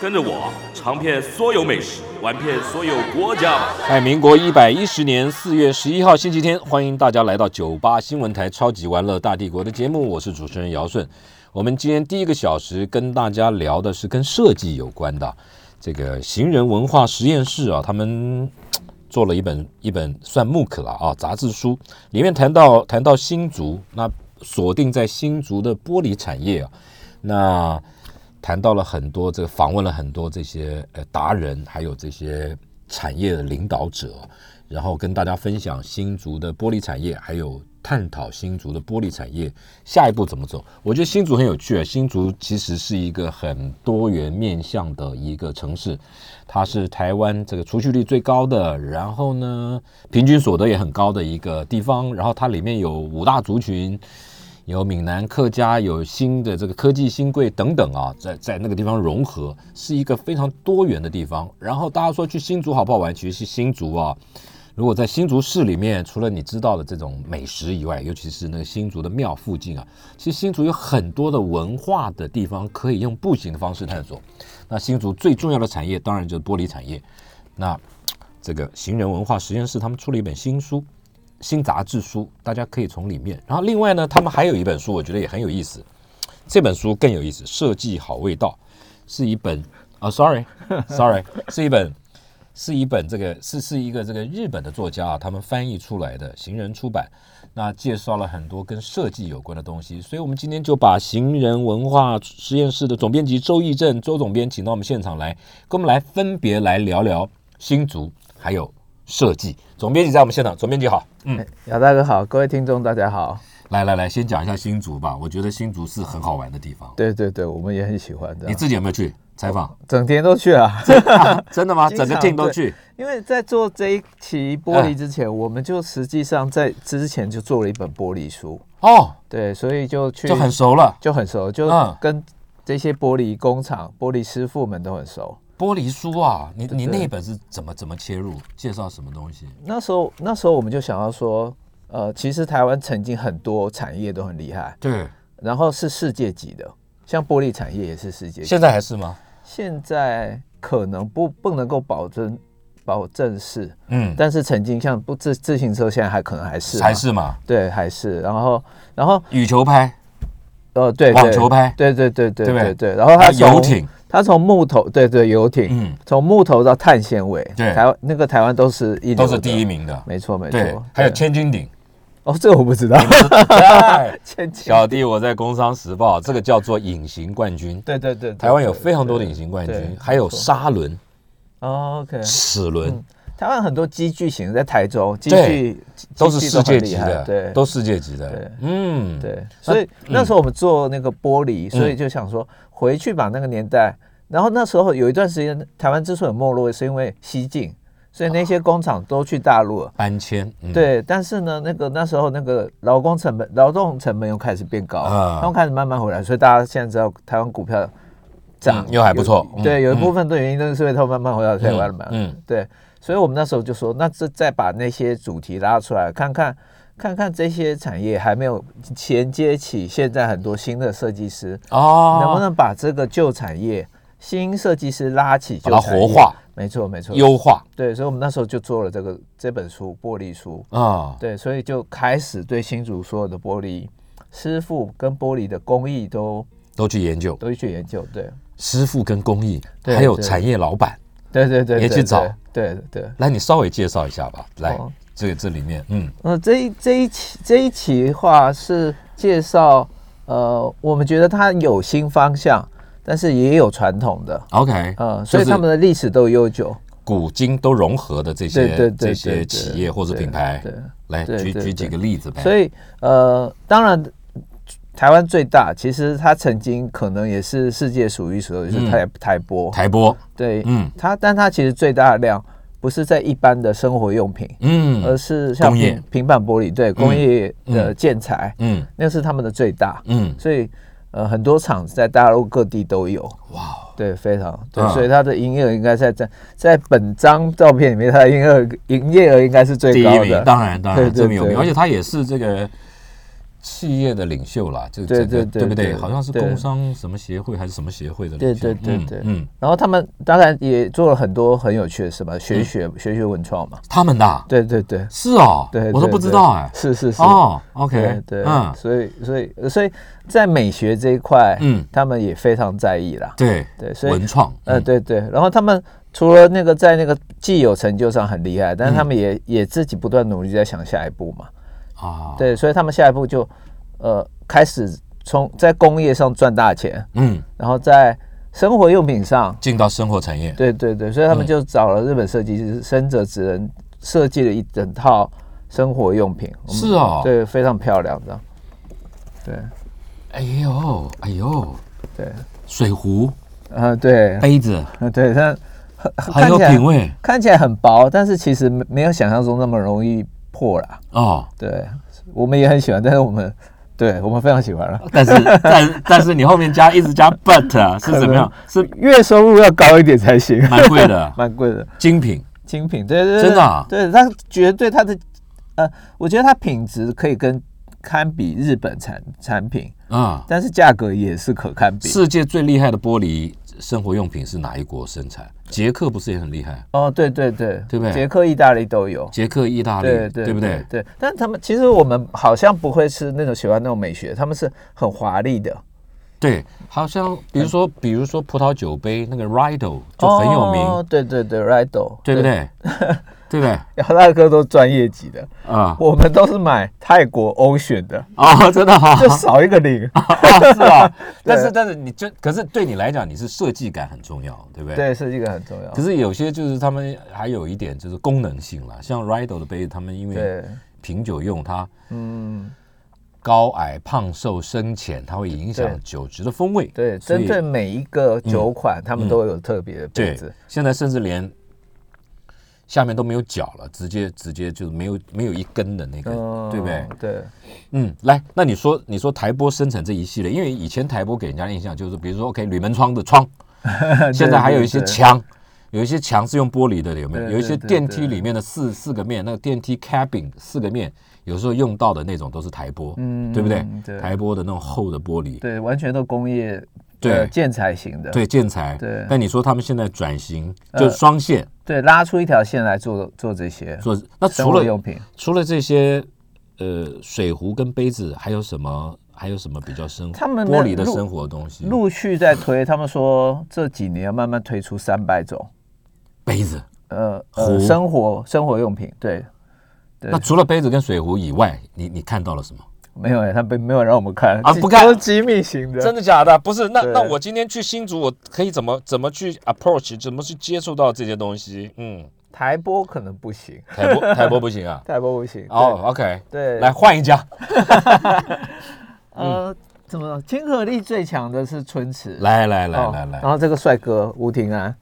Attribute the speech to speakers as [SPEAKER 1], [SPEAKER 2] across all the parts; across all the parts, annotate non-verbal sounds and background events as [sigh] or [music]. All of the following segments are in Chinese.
[SPEAKER 1] 跟着我尝遍所有美食，玩遍所有国家吧。
[SPEAKER 2] 在民哎国一百一十年四月十一号星期天，欢迎大家来到九八新闻台《超级玩乐大帝国》的节目，我是主持人姚顺。我们今天第一个小时跟大家聊的是跟设计有关的这个行人文化实验室啊，他们嘖做了一本一本算 m o 了啊杂志书，里面谈到谈到新竹，那锁定在新竹的玻璃产业啊，那谈到了很多这个访问了很多这些呃达人，还有这些产业的领导者，然后跟大家分享新竹的玻璃产业，还有探讨新竹的玻璃产业下一步怎么走。我觉得新竹很有趣啊，新竹其实是一个很多元面向的一个城市，它是台湾这个储蓄率最高的，然后呢平均所得也很高的一个地方，然后它里面有五大族群。有闽南客家，有新的这个科技新贵等等啊，在在那个地方融合，是一个非常多元的地方。然后大家说去新竹好不好玩？其实是新竹啊，如果在新竹市里面，除了你知道的这种美食以外，尤其是那个新竹的庙附近啊，其实新竹有很多的文化的地方可以用步行的方式探索。那新竹最重要的产业当然就是玻璃产业。那这个行人文化实验室他们出了一本新书，新杂志书，大家可以从里面。然后另外呢，他们还有一本书，我觉得也很有意思。这本书更有意思，《设计好味道》是一本啊、s o r r y s o r r y 是一本是一本这个是是一个这个日本的作家啊，他们翻译出来的，行人出版。那介绍了很多跟设计有关的东西，所以我们今天就把行人文化实验室的总编辑周义正周总编请到我们现场来，跟我们来分别来聊聊新竹还有设计。总编辑在我们现场，总编辑好。
[SPEAKER 3] 姚大哥好，各位听众大家好。
[SPEAKER 2] 来来来，先讲一下新竹吧。我觉得新竹是很好玩的地方。
[SPEAKER 3] 对对对，我们也很喜欢这
[SPEAKER 2] 你
[SPEAKER 3] 样，
[SPEAKER 2] 自己有没有去采访？
[SPEAKER 3] 整天都
[SPEAKER 2] [laughs]
[SPEAKER 3] 去啊。
[SPEAKER 2] 真的吗？
[SPEAKER 3] [laughs] 经
[SPEAKER 2] 整
[SPEAKER 3] 常
[SPEAKER 2] 个 team 都去？
[SPEAKER 3] 因为在做这一期玻璃之前，我们就实际上在之前就做了一本玻璃书，
[SPEAKER 2] 哦，
[SPEAKER 3] 对，所以就去
[SPEAKER 2] 就很熟了。
[SPEAKER 3] 就很熟，就
[SPEAKER 2] 嗯
[SPEAKER 3] 跟这些玻璃工厂、玻璃师傅们都很熟。
[SPEAKER 2] 玻璃书啊，你你
[SPEAKER 3] 对
[SPEAKER 2] 那本是怎么怎么切入？介绍什么东西？
[SPEAKER 3] 那时候那时候我们就想要说，呃，其实台湾曾经很多产业都很厉害，
[SPEAKER 2] 对，
[SPEAKER 3] 然后是世界级的，像玻璃产业也是世界级。
[SPEAKER 2] 现在还是吗？
[SPEAKER 3] 现在可能不不能够保证保证是，
[SPEAKER 2] 嗯，
[SPEAKER 3] 但是曾经像不自自行车，现在还可能还是嘛
[SPEAKER 2] 还是嘛？
[SPEAKER 3] 对还是，然后然后
[SPEAKER 2] 羽球拍、
[SPEAKER 3] 呃对
[SPEAKER 2] 网球拍
[SPEAKER 3] 对对对对
[SPEAKER 2] 对不对
[SPEAKER 3] 对对，然后
[SPEAKER 2] 还
[SPEAKER 3] 它
[SPEAKER 2] 有游
[SPEAKER 3] 从
[SPEAKER 2] 艇，
[SPEAKER 3] 它从木头对对游艇，
[SPEAKER 2] 嗯，
[SPEAKER 3] 从木头到碳纤维，
[SPEAKER 2] 对
[SPEAKER 3] 台湾那个台湾都是一
[SPEAKER 2] 嗯
[SPEAKER 3] 流
[SPEAKER 2] 都是第一
[SPEAKER 3] 的，
[SPEAKER 2] 名的。
[SPEAKER 3] 没错没
[SPEAKER 2] 对
[SPEAKER 3] 错，，
[SPEAKER 2] 还有
[SPEAKER 3] 对
[SPEAKER 2] 千斤
[SPEAKER 3] [laughs]
[SPEAKER 2] 顶。
[SPEAKER 3] 哦这个我不知道，
[SPEAKER 2] 哎
[SPEAKER 3] [laughs] 千千
[SPEAKER 2] 小弟，我在《工商时报》，这个叫做隐形冠军。
[SPEAKER 3] 对对对，对
[SPEAKER 2] 台湾有
[SPEAKER 3] 对
[SPEAKER 2] 非常多的
[SPEAKER 3] 对
[SPEAKER 2] 隐形冠
[SPEAKER 3] 对
[SPEAKER 2] 军，还有
[SPEAKER 3] 没错
[SPEAKER 2] 沙轮、
[SPEAKER 3] 哦 OK，
[SPEAKER 2] 齿轮，
[SPEAKER 3] 嗯台湾很多机具型在台州，机
[SPEAKER 2] 对
[SPEAKER 3] 具
[SPEAKER 2] 都是
[SPEAKER 3] 机具
[SPEAKER 2] 世界
[SPEAKER 3] 很厉
[SPEAKER 2] 级
[SPEAKER 3] 害
[SPEAKER 2] 的，
[SPEAKER 3] 对，
[SPEAKER 2] 都世界级的
[SPEAKER 3] 对，
[SPEAKER 2] 嗯，，
[SPEAKER 3] 对，所以那时候我们做那个玻璃，所以就想说回去把那个年代。然后那时候有一段时间，台湾之所以没落，是因为西进，所以那些工厂都去大陆了。
[SPEAKER 2] 搬迁，嗯，
[SPEAKER 3] 对，但是呢，那个那时候那个劳工成本、劳动成本又开始变高，
[SPEAKER 2] 啊
[SPEAKER 3] 他们开始慢慢回来，所以大家现在知道台湾股票涨
[SPEAKER 2] 嗯又还不错嗯
[SPEAKER 3] 有对，有一
[SPEAKER 2] 嗯
[SPEAKER 3] 部分的原因都是因为他们慢慢回到台湾嘛。
[SPEAKER 2] 嗯，
[SPEAKER 3] 对，所以我们那时候就说，那这再把那些主题拉出来，看看看看这些产业还没有衔接起现在很多新的设计师，
[SPEAKER 2] 哦，
[SPEAKER 3] 能不能把这个旧产业新设计师拉起
[SPEAKER 2] 把
[SPEAKER 3] 旧
[SPEAKER 2] 它
[SPEAKER 3] 产业，
[SPEAKER 2] 活化、
[SPEAKER 3] 没错没错，
[SPEAKER 2] 优化
[SPEAKER 3] 对，所以我们那时候就做了这个这本书《玻璃书》，
[SPEAKER 2] 啊？
[SPEAKER 3] 对，所以就开始对新竹所有的玻璃师傅跟玻璃的工艺都
[SPEAKER 2] 都去研究
[SPEAKER 3] 都去研究，对
[SPEAKER 2] 师傅跟工艺，
[SPEAKER 3] 对
[SPEAKER 2] 还有
[SPEAKER 3] 对
[SPEAKER 2] 产业老板，
[SPEAKER 3] 对对对，
[SPEAKER 2] 也
[SPEAKER 3] 对
[SPEAKER 2] 去找，
[SPEAKER 3] 对对对。
[SPEAKER 2] 来，你稍微介绍一下吧，来
[SPEAKER 3] 哦，
[SPEAKER 2] 这这里面，嗯，
[SPEAKER 3] 呃，这一这一期这一期的话是介绍，呃，我们觉得它有新方向，但是也有传统的，
[SPEAKER 2] OK，
[SPEAKER 3] 呃，所
[SPEAKER 2] 就
[SPEAKER 3] 以
[SPEAKER 2] 是
[SPEAKER 3] 他们的历史都悠久。
[SPEAKER 2] 古今都融合的这
[SPEAKER 3] 对对
[SPEAKER 2] 些
[SPEAKER 3] 对
[SPEAKER 2] 这
[SPEAKER 3] 对
[SPEAKER 2] 些
[SPEAKER 3] 对
[SPEAKER 2] 企业或者
[SPEAKER 3] 对
[SPEAKER 2] 品牌
[SPEAKER 3] 对，
[SPEAKER 2] 来
[SPEAKER 3] 对
[SPEAKER 2] 举
[SPEAKER 3] 对
[SPEAKER 2] 举
[SPEAKER 3] 对
[SPEAKER 2] 几个例子呗。
[SPEAKER 3] 所
[SPEAKER 2] 以
[SPEAKER 3] 以呃，当然台湾最大，其实它曾经可能也是世界数一数二，就是台、台
[SPEAKER 2] 嗯
[SPEAKER 3] 玻。
[SPEAKER 2] 台玻，
[SPEAKER 3] 对，
[SPEAKER 2] 嗯
[SPEAKER 3] 它但它其实最大的量不是在一般的生活用品，而
[SPEAKER 2] 嗯
[SPEAKER 3] 是像
[SPEAKER 2] 工业
[SPEAKER 3] 平平板玻璃，对，工业的建材，
[SPEAKER 2] 嗯
[SPEAKER 3] 那是他们的最大。
[SPEAKER 2] 嗯，
[SPEAKER 3] 所以呃，很多厂在大陆各地都有。
[SPEAKER 2] 哇，哦
[SPEAKER 3] 对，非常对，
[SPEAKER 2] 啊
[SPEAKER 3] 所以它的营业额应该在在在本张照片里面，它的营业额营业额应该是
[SPEAKER 2] 第
[SPEAKER 3] 最
[SPEAKER 2] 一
[SPEAKER 3] 高
[SPEAKER 2] 名，
[SPEAKER 3] 的。
[SPEAKER 2] 当然当
[SPEAKER 3] 对
[SPEAKER 2] 然
[SPEAKER 3] 对
[SPEAKER 2] 这么有名，
[SPEAKER 3] 对
[SPEAKER 2] 而且他也是这个企业的领袖啦，这
[SPEAKER 3] 对
[SPEAKER 2] 整个
[SPEAKER 3] 对对
[SPEAKER 2] 对不对？
[SPEAKER 3] 对
[SPEAKER 2] 好像是
[SPEAKER 3] 对
[SPEAKER 2] 工商什么协会还是什么协会的
[SPEAKER 3] 对
[SPEAKER 2] 领袖，
[SPEAKER 3] 对对
[SPEAKER 2] 嗯
[SPEAKER 3] 对，
[SPEAKER 2] 嗯，
[SPEAKER 3] 然后他们当然也做了很多很有趣的事嘛，学学学学文创嘛，
[SPEAKER 2] 他们的啊
[SPEAKER 3] 对对对
[SPEAKER 2] 是哦
[SPEAKER 3] 对，，
[SPEAKER 2] 我都
[SPEAKER 3] 对
[SPEAKER 2] 不知
[SPEAKER 3] 对
[SPEAKER 2] 道哎，
[SPEAKER 3] 是是是，
[SPEAKER 2] 哦
[SPEAKER 3] 对
[SPEAKER 2] ，OK，
[SPEAKER 3] 对，
[SPEAKER 2] 嗯
[SPEAKER 3] 所以所以所以在美学这一块，
[SPEAKER 2] 嗯
[SPEAKER 3] 他们也非常在意啦，
[SPEAKER 2] 对
[SPEAKER 3] 对，所以
[SPEAKER 2] 文创，
[SPEAKER 3] 呃
[SPEAKER 2] 嗯
[SPEAKER 3] 对对，然后他们除了那个在那个既有成就上很厉害，但是他
[SPEAKER 2] 嗯
[SPEAKER 3] 们也也自己不断努力在想下一步嘛，
[SPEAKER 2] 啊，，
[SPEAKER 3] 对，所以他们下一步就呃开始从在工业上赚大钱，
[SPEAKER 2] 嗯，
[SPEAKER 3] 然后在生活用品上，
[SPEAKER 2] 进到生活产业，
[SPEAKER 3] 对对对，所以他
[SPEAKER 2] 嗯
[SPEAKER 3] 们就找了日本设计师深泽直人设计了一整套生活用品，我们
[SPEAKER 2] 是哦，
[SPEAKER 3] 对，非常漂亮的，对
[SPEAKER 2] 哎呦，哎呦，
[SPEAKER 3] 对，
[SPEAKER 2] 水
[SPEAKER 3] [laughs]
[SPEAKER 2] 壶、
[SPEAKER 3] 啊对呃
[SPEAKER 2] 杯子，
[SPEAKER 3] 对，它
[SPEAKER 2] 很
[SPEAKER 3] 看
[SPEAKER 2] 哎有
[SPEAKER 3] 起来
[SPEAKER 2] 品味
[SPEAKER 3] 看起来很薄，但是其实没没有想象中那么容易破啦，
[SPEAKER 2] 哦。
[SPEAKER 3] 对我们也很喜欢，但是我们对我们非常喜欢了。
[SPEAKER 2] 但是
[SPEAKER 3] [laughs]
[SPEAKER 2] 但但是你后面加一直加 but 啊，是怎么样？是
[SPEAKER 3] 月收入要高一点才行，
[SPEAKER 2] 蛮贵的
[SPEAKER 3] 蛮贵的。
[SPEAKER 2] 精品
[SPEAKER 3] 精品，对对对，
[SPEAKER 2] 真的啊
[SPEAKER 3] 对它绝对它的，呃，我觉得它品质可以跟堪比日本产产品，
[SPEAKER 2] 啊、
[SPEAKER 3] 但是价格也是可堪比。
[SPEAKER 2] 世界最厉害的玻璃生活用品是哪一国生产？捷克不是也很厉害？
[SPEAKER 3] 哦，对对对，
[SPEAKER 2] 对不对
[SPEAKER 3] 捷克、意大利都有，
[SPEAKER 2] 捷克、意大利，
[SPEAKER 3] 对对
[SPEAKER 2] 不对？
[SPEAKER 3] 对，但他们其实我们好像不会是那种喜欢那种美学，他们是很华丽的，
[SPEAKER 2] 对，好像比如说，比如说葡萄酒杯那个 Rido 就很有名，
[SPEAKER 3] 哦、对对对，Rido，
[SPEAKER 2] 对不？对？
[SPEAKER 3] [laughs]
[SPEAKER 2] 对不对？
[SPEAKER 3] 姚大哥都专业级的，
[SPEAKER 2] 啊、
[SPEAKER 3] 我们都是买泰国欧选的，
[SPEAKER 2] 哦，真的哈、[laughs]
[SPEAKER 3] [laughs] 就少一个零。
[SPEAKER 2] 是
[SPEAKER 3] [laughs]
[SPEAKER 2] 啊。但是但是你就可是对你来讲，你是设计感很重要，对不对？
[SPEAKER 3] 对，设计感很重要
[SPEAKER 2] 可。是有些就是他们还有一点就是功能性啦，像 Rido 的杯子，他们因为
[SPEAKER 3] 对，
[SPEAKER 2] 品酒用，它
[SPEAKER 3] 嗯，
[SPEAKER 2] 高矮胖瘦深浅，它会影响
[SPEAKER 3] 对
[SPEAKER 2] 酒质的风味。
[SPEAKER 3] 对，
[SPEAKER 2] 所以嗯
[SPEAKER 3] 针对每一个酒款，他们都有特别的杯
[SPEAKER 2] 对
[SPEAKER 3] 子。，
[SPEAKER 2] 现在甚至连下面都没有脚了，直接直接就是没有没有一根的那个，
[SPEAKER 3] 嗯，
[SPEAKER 2] 对不对？？
[SPEAKER 3] 对，
[SPEAKER 2] 嗯，来，那你说你说台玻生产这一系列，因为以前台玻给人家的印象就是，比如说 OK 铝门窗的窗，现在还有一些
[SPEAKER 3] [laughs] 对对
[SPEAKER 2] 墙，有一些墙是用玻璃的，有没有？
[SPEAKER 3] 对
[SPEAKER 2] 有一些
[SPEAKER 3] 对对
[SPEAKER 2] 电梯
[SPEAKER 3] 对
[SPEAKER 2] 里面的四四个面，那个电梯 cabin 四个面，有时候用到的那种都是台玻，
[SPEAKER 3] 嗯
[SPEAKER 2] 对不对？
[SPEAKER 3] 对
[SPEAKER 2] 台玻的那种厚的玻璃，
[SPEAKER 3] 对，完全都工业
[SPEAKER 2] 对
[SPEAKER 3] 呃建材型的，
[SPEAKER 2] 对建材。
[SPEAKER 3] 对呃
[SPEAKER 2] 但你说他们现在转型，就是双线
[SPEAKER 3] 对，拉出一条线来做做这些
[SPEAKER 2] 做，那
[SPEAKER 3] 嗯生
[SPEAKER 2] 除
[SPEAKER 3] 活用
[SPEAKER 2] 了嗯
[SPEAKER 3] 品。
[SPEAKER 2] 除了这些，呃，水壶跟杯子，还有什么？还有什么比较生
[SPEAKER 3] 他们
[SPEAKER 2] 玻璃的
[SPEAKER 3] 陆
[SPEAKER 2] 生活东西？
[SPEAKER 3] 陆续在推，他们说这几年要慢慢推出三百种，
[SPEAKER 2] 杯子。
[SPEAKER 3] 呃，
[SPEAKER 2] 壶
[SPEAKER 3] 呃生活生活用品，对，对
[SPEAKER 2] 那除了杯子跟水壶以外，你你看到了什么？
[SPEAKER 3] 没有哎，他没没有让我们看
[SPEAKER 2] 啊
[SPEAKER 3] 机
[SPEAKER 2] 不看
[SPEAKER 3] 都是机密型的，
[SPEAKER 2] 的假的？不是，那
[SPEAKER 3] 对
[SPEAKER 2] 今天去新竹，我可以怎么怎么去 approach，怎么去接触到这些东西？嗯，
[SPEAKER 3] 台波可能不行，
[SPEAKER 2] 台博台博不行
[SPEAKER 3] [laughs]
[SPEAKER 2] 啊。
[SPEAKER 3] 台波不行，
[SPEAKER 2] 哦、o k
[SPEAKER 3] 对
[SPEAKER 2] 来换一家，
[SPEAKER 3] 呃，怎么亲和力最强的是春池？
[SPEAKER 2] 来来来
[SPEAKER 3] 哦
[SPEAKER 2] 来来
[SPEAKER 3] 然，后这个帅哥吴廷安，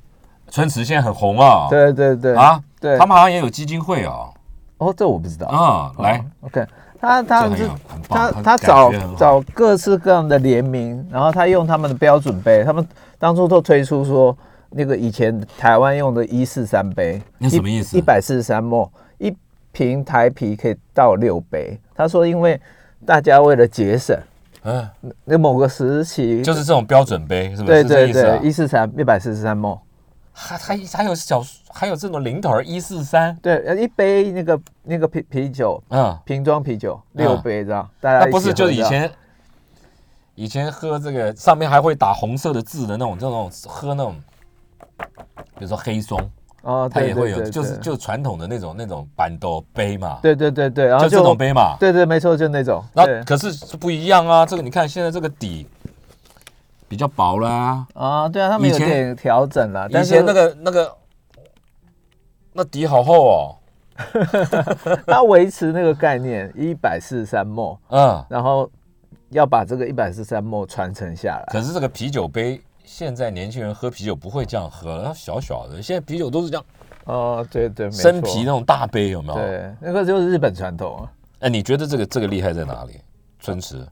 [SPEAKER 2] 春池现在很红啊，
[SPEAKER 3] 对对对，
[SPEAKER 2] 啊，
[SPEAKER 3] 对，
[SPEAKER 2] 他们好像也有基金会哦，
[SPEAKER 3] 哦，这我不知道啊。
[SPEAKER 2] 啊，来，
[SPEAKER 3] OK，他他
[SPEAKER 2] 这
[SPEAKER 3] 是
[SPEAKER 2] 很很棒
[SPEAKER 3] 他
[SPEAKER 2] 他
[SPEAKER 3] 他
[SPEAKER 2] 感哦
[SPEAKER 3] 找
[SPEAKER 2] 觉很好
[SPEAKER 3] 找各式各样的联名，然后他用他们的标准杯，他们当初都推出说那个以前台湾用的一四三杯，
[SPEAKER 2] 那什么意思
[SPEAKER 3] 一百四十三沫，一瓶台啤可以倒六杯。他说因为大家为了节省，
[SPEAKER 2] 嗯，
[SPEAKER 3] 那某个时期
[SPEAKER 2] 就是这种标准杯，是不
[SPEAKER 3] 对
[SPEAKER 2] 是？是这
[SPEAKER 3] 对
[SPEAKER 2] 意思
[SPEAKER 3] 对
[SPEAKER 2] 啊，
[SPEAKER 3] 一四三一百四十三沫。
[SPEAKER 2] 还还还有小，还有这种零头儿一四三，
[SPEAKER 3] 对，呃一杯那个那个啤啤酒，
[SPEAKER 2] 嗯，
[SPEAKER 3] 瓶装啤酒
[SPEAKER 2] 嗯
[SPEAKER 3] 六杯这样，大家
[SPEAKER 2] 那
[SPEAKER 3] 一
[SPEAKER 2] 不
[SPEAKER 3] 起
[SPEAKER 2] 是
[SPEAKER 3] 喝
[SPEAKER 2] 就是以
[SPEAKER 3] 这样
[SPEAKER 2] 前以前喝这个上面还会打红色的字的那种，这种喝那种，比如说黑松，
[SPEAKER 3] 哦，
[SPEAKER 2] 它
[SPEAKER 3] 对
[SPEAKER 2] 也会
[SPEAKER 3] 对
[SPEAKER 2] 有，
[SPEAKER 3] 对
[SPEAKER 2] 就是
[SPEAKER 3] 对
[SPEAKER 2] 就是传统的那种那种板豆杯嘛，
[SPEAKER 3] 对对对对，然后
[SPEAKER 2] 就这种杯嘛，
[SPEAKER 3] 对对没错，就那种，对
[SPEAKER 2] 那可是是不一样啊，这个你看现在这个底比较薄啦，
[SPEAKER 3] 啊，对啊，他们
[SPEAKER 2] 以
[SPEAKER 3] 有
[SPEAKER 2] 前
[SPEAKER 3] 点调整了，
[SPEAKER 2] 以
[SPEAKER 3] 啊但是
[SPEAKER 2] 前那
[SPEAKER 3] [laughs]
[SPEAKER 2] 个那个那底好厚哦，
[SPEAKER 3] 它维持那个概念一百四十三沫，
[SPEAKER 2] 嗯，
[SPEAKER 3] 然后要把这个一百四三墨传承下来。
[SPEAKER 2] 可是这个啤酒杯，现在年轻人喝啤酒不会这样喝了，它小小的，现在啤酒都是这样
[SPEAKER 3] 哦，对对，没错
[SPEAKER 2] 生啤那种大杯，有没有？
[SPEAKER 3] 对，那个就是日本传统啊。
[SPEAKER 2] 哎，你觉得这个这个厉害在哪里？春池，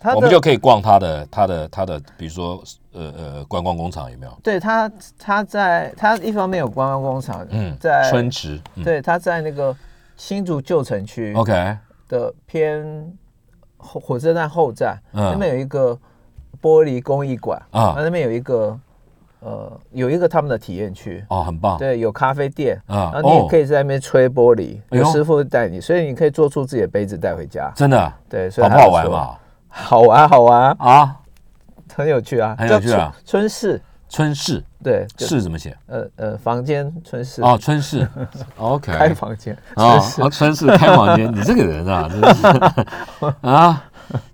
[SPEAKER 3] 它
[SPEAKER 2] 我
[SPEAKER 3] 的
[SPEAKER 2] 们就可以逛它的它的它的，比如说呃呃观光工厂有没有？
[SPEAKER 3] 对它，它在它一方面有观光工厂，
[SPEAKER 2] 嗯，
[SPEAKER 3] 在
[SPEAKER 2] 春池，嗯
[SPEAKER 3] 对它在那个新竹旧城区
[SPEAKER 2] ，OK，啊
[SPEAKER 3] 的偏火火车站后站，
[SPEAKER 2] 嗯
[SPEAKER 3] 那边有一个玻璃工艺馆
[SPEAKER 2] 啊
[SPEAKER 3] 那边有一个呃有一个他们的体验区，
[SPEAKER 2] 哦，很棒，
[SPEAKER 3] 对，有咖啡店
[SPEAKER 2] 啊
[SPEAKER 3] 然后你
[SPEAKER 2] 哦
[SPEAKER 3] 也可以在那边吹玻璃，
[SPEAKER 2] 哎
[SPEAKER 3] 有
[SPEAKER 2] 呦
[SPEAKER 3] 师傅带你，所以你可以做出自己的杯子带回家。
[SPEAKER 2] 真的，
[SPEAKER 3] 对，所以
[SPEAKER 2] 好不
[SPEAKER 3] 还
[SPEAKER 2] 好
[SPEAKER 3] 不
[SPEAKER 2] 玩
[SPEAKER 3] 错？
[SPEAKER 2] 嘛？
[SPEAKER 3] 好玩，好玩，
[SPEAKER 2] 啊，
[SPEAKER 3] 很有趣啊，
[SPEAKER 2] 很有趣
[SPEAKER 3] 叫
[SPEAKER 2] 啊
[SPEAKER 3] 春春市，
[SPEAKER 2] 春市
[SPEAKER 3] 对，就，
[SPEAKER 2] 市怎么写？
[SPEAKER 3] 呃呃，房间春市，
[SPEAKER 2] 哦，春
[SPEAKER 3] [laughs]
[SPEAKER 2] 市，OK，
[SPEAKER 3] 开房间， [laughs]
[SPEAKER 2] 啊
[SPEAKER 3] 春市
[SPEAKER 2] 啊，春市开房间，你这个人
[SPEAKER 3] [laughs]
[SPEAKER 2] 啊，真是啊，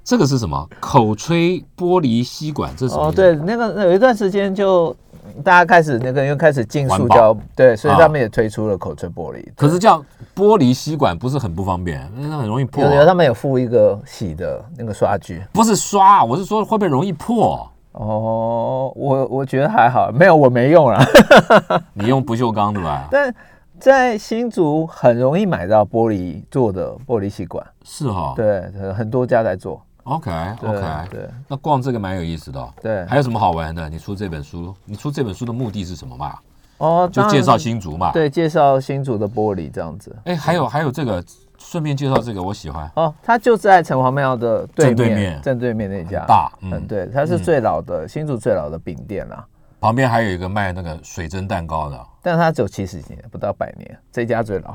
[SPEAKER 2] 这个是什么？口吹玻璃吸管，这是什么
[SPEAKER 3] 哦，
[SPEAKER 2] 意思
[SPEAKER 3] 对，那个有一段时间就大家开始那个又开始进
[SPEAKER 2] 环
[SPEAKER 3] 塑
[SPEAKER 2] 保
[SPEAKER 3] 胶，对，所以
[SPEAKER 2] 啊
[SPEAKER 3] 他们也推出了口吹玻璃。
[SPEAKER 2] 可是这样玻璃吸管不是很不方便，那很容易破
[SPEAKER 3] 有有
[SPEAKER 2] 啊、
[SPEAKER 3] 他们有附一个洗的那个刷具。
[SPEAKER 2] 不是刷，我是说会不会容易破？
[SPEAKER 3] 哦，我我觉得还好，没有我没用啦。啊
[SPEAKER 2] 你用不锈钢对吧？
[SPEAKER 3] [laughs] 但在新竹很容易买到玻璃做的玻璃吸管，
[SPEAKER 2] 是哈、哦。
[SPEAKER 3] 对，呃很多家在做。
[SPEAKER 2] OK
[SPEAKER 3] 对
[SPEAKER 2] OK，
[SPEAKER 3] 对
[SPEAKER 2] 那逛这个蛮有意思的、哦。
[SPEAKER 3] 对
[SPEAKER 2] 还有什么好玩的？你出这本书，你出这本书的目的是什么嘛？
[SPEAKER 3] 哦，
[SPEAKER 2] 就
[SPEAKER 3] 当然
[SPEAKER 2] 介绍新竹嘛。。
[SPEAKER 3] 对介绍新竹的玻璃这样子。
[SPEAKER 2] 哎，还有还有这个，顺便介绍这个，我喜欢。
[SPEAKER 3] 哦，它就在城隍庙的对
[SPEAKER 2] 正对面
[SPEAKER 3] 面，正对面那家
[SPEAKER 2] 大嗯
[SPEAKER 3] 嗯，对，它是最老的新竹最老的饼店啦。
[SPEAKER 2] 旁边还有一个卖那个水蒸蛋糕
[SPEAKER 3] [laughs]
[SPEAKER 2] 的，
[SPEAKER 3] 但它只有七十几年，不到百年，这家最老。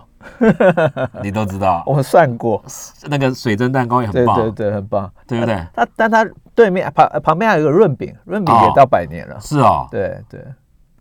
[SPEAKER 2] 你都知道。
[SPEAKER 3] 我算过，
[SPEAKER 2] 那个水蒸蛋糕也很
[SPEAKER 3] 对
[SPEAKER 2] 棒，
[SPEAKER 3] 对对，很棒。
[SPEAKER 2] 对不对？
[SPEAKER 3] 呃它但它对面旁呃旁边还有一个润饼，润饼
[SPEAKER 2] 哦
[SPEAKER 3] 也到百年了。
[SPEAKER 2] 是哦。
[SPEAKER 3] 对对，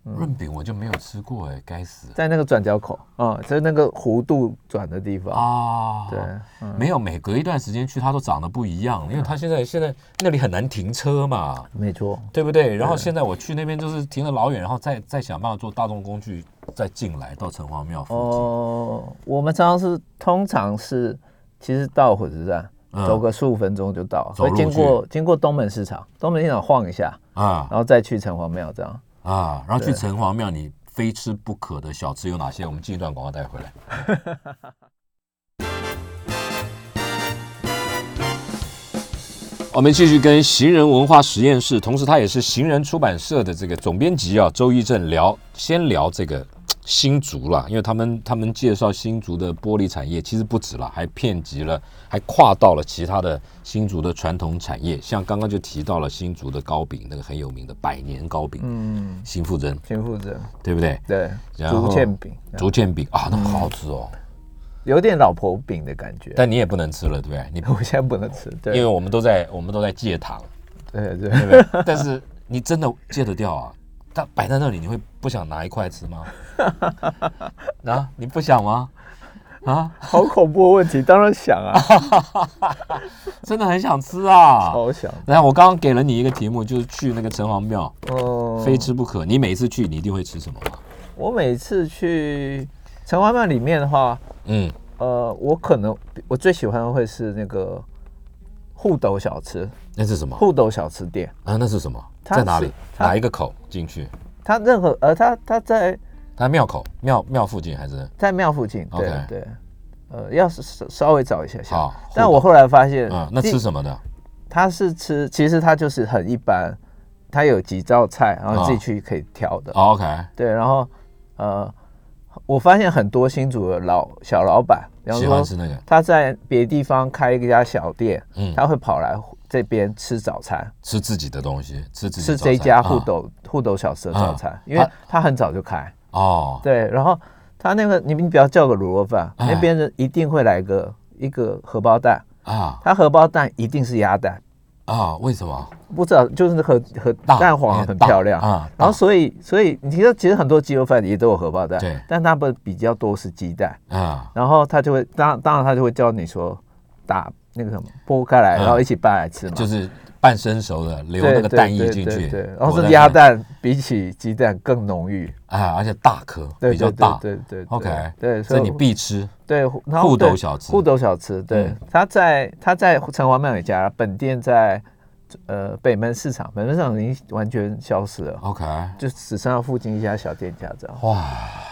[SPEAKER 2] 润饼我就没有吃过哎，该死
[SPEAKER 3] 在那个转角口啊，在、那个弧度转的地方。
[SPEAKER 2] 啊！
[SPEAKER 3] 对，嗯
[SPEAKER 2] 没有，每隔一段时间去，它都长得不一样，因为它现在现在那里很难停车嘛，
[SPEAKER 3] 没错。
[SPEAKER 2] 对不对？然后现在我去那边就是停了老远，然后再再想办法坐大众工具再进来到城隍庙附
[SPEAKER 3] 哦，我们常常是通常是，其实到火车站、
[SPEAKER 2] 嗯
[SPEAKER 3] 走个十五分钟就到，
[SPEAKER 2] 走
[SPEAKER 3] 所
[SPEAKER 2] 路
[SPEAKER 3] 以经过经过东门市场，东门市场晃一下，
[SPEAKER 2] 近啊
[SPEAKER 3] 然后再去城隍庙这样。
[SPEAKER 2] 啊！然后去
[SPEAKER 3] 对
[SPEAKER 2] 城隍庙你非吃不可的小吃有哪些？我们进一段广告带回来。我们继续跟行人文化实验室，同时他也是行人出版社的这个总编辑啊，周一正聊，先聊这个新竹啦，因为他们他们介绍新竹的玻璃产业，其实不止了，还遍及了，还跨到了其他的新竹的传统产业，像刚刚就提到了新竹的糕饼，那个很有名的百年糕饼，
[SPEAKER 3] 嗯，
[SPEAKER 2] 新富珍，
[SPEAKER 3] 新富镇
[SPEAKER 2] 对不对？
[SPEAKER 3] 对，
[SPEAKER 2] 然后
[SPEAKER 3] 竹堑饼，
[SPEAKER 2] 竹签饼啊，那
[SPEAKER 3] 嗯
[SPEAKER 2] 好好吃哦，
[SPEAKER 3] 有点老婆饼的感觉。
[SPEAKER 2] 但你也不能吃了，对不对？你
[SPEAKER 3] [laughs] 我现在不能吃，
[SPEAKER 2] 因为
[SPEAKER 3] 对
[SPEAKER 2] 我们都在我们都在戒糖，
[SPEAKER 3] [laughs] 对对，
[SPEAKER 2] 对不对？但是你真的戒得掉啊？它摆在那里，你会不想拿一块吃
[SPEAKER 3] [laughs]
[SPEAKER 2] 吗？啊，你不想吗？啊，
[SPEAKER 3] [laughs] 好恐怖的问题，当然想啊，
[SPEAKER 2] 真的很想吃啊！
[SPEAKER 3] 好想，
[SPEAKER 2] 然后我刚刚给了你一个题目，就是去那个城隍庙，
[SPEAKER 3] 哦，
[SPEAKER 2] 非吃不可。你每次去，你一定会吃什么吗？
[SPEAKER 3] 我每次去城隍庙里面的话，
[SPEAKER 2] 嗯，
[SPEAKER 3] 呃，我可能我最喜欢的会是那个护斗小吃，
[SPEAKER 2] 那是什么？
[SPEAKER 3] 护斗小吃店，
[SPEAKER 2] 啊，那是什么？
[SPEAKER 3] 它
[SPEAKER 2] 在哪
[SPEAKER 3] 是
[SPEAKER 2] 里？
[SPEAKER 3] 它
[SPEAKER 2] 哪一个口进去？
[SPEAKER 3] 它任何呃，它它在
[SPEAKER 2] 它庙口庙庙附近还是？
[SPEAKER 3] 在庙附近，对
[SPEAKER 2] OK
[SPEAKER 3] 对，呃，要是稍稍微找一下下
[SPEAKER 2] 好，
[SPEAKER 3] 但
[SPEAKER 2] 户
[SPEAKER 3] 我
[SPEAKER 2] 斗
[SPEAKER 3] 后来发现，
[SPEAKER 2] 啊，那
[SPEAKER 3] 第
[SPEAKER 2] 吃什么的？
[SPEAKER 3] 它是吃，其实它就是很一般，它有几道菜，然后自
[SPEAKER 2] 啊
[SPEAKER 3] 己去可以挑的，
[SPEAKER 2] 哦 OK，
[SPEAKER 3] 对，然后呃，我发现很多新竹的老小老板，比方
[SPEAKER 2] 喜欢
[SPEAKER 3] 说
[SPEAKER 2] 吃那个
[SPEAKER 3] 他在别地方开一家小店，
[SPEAKER 2] 嗯
[SPEAKER 3] 他会跑来这边吃早餐，
[SPEAKER 2] 吃自己的东西，吃自己
[SPEAKER 3] 吃
[SPEAKER 2] 早餐
[SPEAKER 3] 这家
[SPEAKER 2] 啊
[SPEAKER 3] 互斗互斗小吃的早餐，因
[SPEAKER 2] 啊
[SPEAKER 3] 为他很早就开，
[SPEAKER 2] 哦，
[SPEAKER 3] 对，然后他那个你你不要叫个卤肉饭，
[SPEAKER 2] 哎
[SPEAKER 3] 那边人一定会来个一个荷包蛋，
[SPEAKER 2] 啊
[SPEAKER 3] 他荷包蛋一定是鸭蛋，
[SPEAKER 2] 啊，为什么？
[SPEAKER 3] 不知道就是和和
[SPEAKER 2] 大
[SPEAKER 3] 蛋黄很
[SPEAKER 2] 大
[SPEAKER 3] 漂亮
[SPEAKER 2] 啊
[SPEAKER 3] 然后
[SPEAKER 2] 大
[SPEAKER 3] 所以所以你知道其实很多鸡肉饭也都有荷包蛋，
[SPEAKER 2] 对
[SPEAKER 3] 但他们比较多是鸡蛋，
[SPEAKER 2] 啊
[SPEAKER 3] 然后他就会当当然他就会教你说打那个什么剥开来，
[SPEAKER 2] 嗯
[SPEAKER 3] 然后一起拌来吃嘛，
[SPEAKER 2] 就是半生熟的，留
[SPEAKER 3] 对
[SPEAKER 2] 那个
[SPEAKER 3] 对
[SPEAKER 2] 蛋液
[SPEAKER 3] 对
[SPEAKER 2] 进
[SPEAKER 3] 对
[SPEAKER 2] 去，
[SPEAKER 3] 对，然后
[SPEAKER 2] 裹在
[SPEAKER 3] 这
[SPEAKER 2] 里
[SPEAKER 3] 鸭
[SPEAKER 2] 面
[SPEAKER 3] 蛋比起鸡蛋更浓郁，
[SPEAKER 2] 啊，而且大颗，
[SPEAKER 3] 对
[SPEAKER 2] 比较
[SPEAKER 3] 对对
[SPEAKER 2] 大。
[SPEAKER 3] 对对对
[SPEAKER 2] OK，
[SPEAKER 3] 对，所
[SPEAKER 2] 这
[SPEAKER 3] 以
[SPEAKER 2] 你
[SPEAKER 3] 我
[SPEAKER 2] 必吃。
[SPEAKER 3] 对，然后
[SPEAKER 2] 互斗
[SPEAKER 3] 对
[SPEAKER 2] 小吃
[SPEAKER 3] 互斗小吃，对
[SPEAKER 2] 嗯，
[SPEAKER 3] 他在他在城隍庙有一家本店在呃北门市场，北门市场已经完全消失了，
[SPEAKER 2] OK，
[SPEAKER 3] 就只剩下附近一家小店家这样。
[SPEAKER 2] 哇，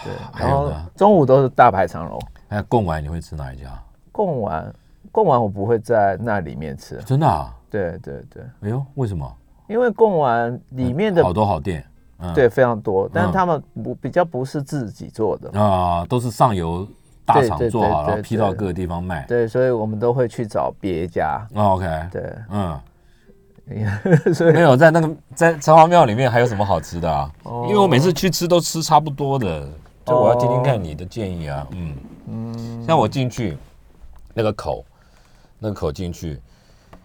[SPEAKER 3] 对，
[SPEAKER 2] 还
[SPEAKER 3] 然
[SPEAKER 2] 有
[SPEAKER 3] 后
[SPEAKER 2] 呢
[SPEAKER 3] 中午都是大排长龙。
[SPEAKER 2] 那贡丸你会吃哪一家？
[SPEAKER 3] 贡丸，贡丸我不会在那里面吃，
[SPEAKER 2] 真的啊？
[SPEAKER 3] 对对对，
[SPEAKER 2] 哎呦，为什么？
[SPEAKER 3] 因为贡丸里面的
[SPEAKER 2] 好多好店，嗯，
[SPEAKER 3] 对非常多，但
[SPEAKER 2] 嗯
[SPEAKER 3] 是他们不比较不是自己做的，
[SPEAKER 2] 啊，都是上游大
[SPEAKER 3] 对
[SPEAKER 2] 厂
[SPEAKER 3] 对
[SPEAKER 2] 做好，
[SPEAKER 3] 对
[SPEAKER 2] 然后
[SPEAKER 3] 对
[SPEAKER 2] 批到
[SPEAKER 3] 对
[SPEAKER 2] 各个地方卖。
[SPEAKER 3] 对，所以我们都会去找别家，
[SPEAKER 2] 哦 OK，
[SPEAKER 3] 对，
[SPEAKER 2] [laughs] 嗯，
[SPEAKER 3] 所以
[SPEAKER 2] 没有在那个在城隍庙里面还有什么好吃的啊？
[SPEAKER 3] 哦
[SPEAKER 2] 因为我每次去吃都吃差不多的，就我要听听看你的建议啊。嗯嗯，像我进去那个口，那个口进去，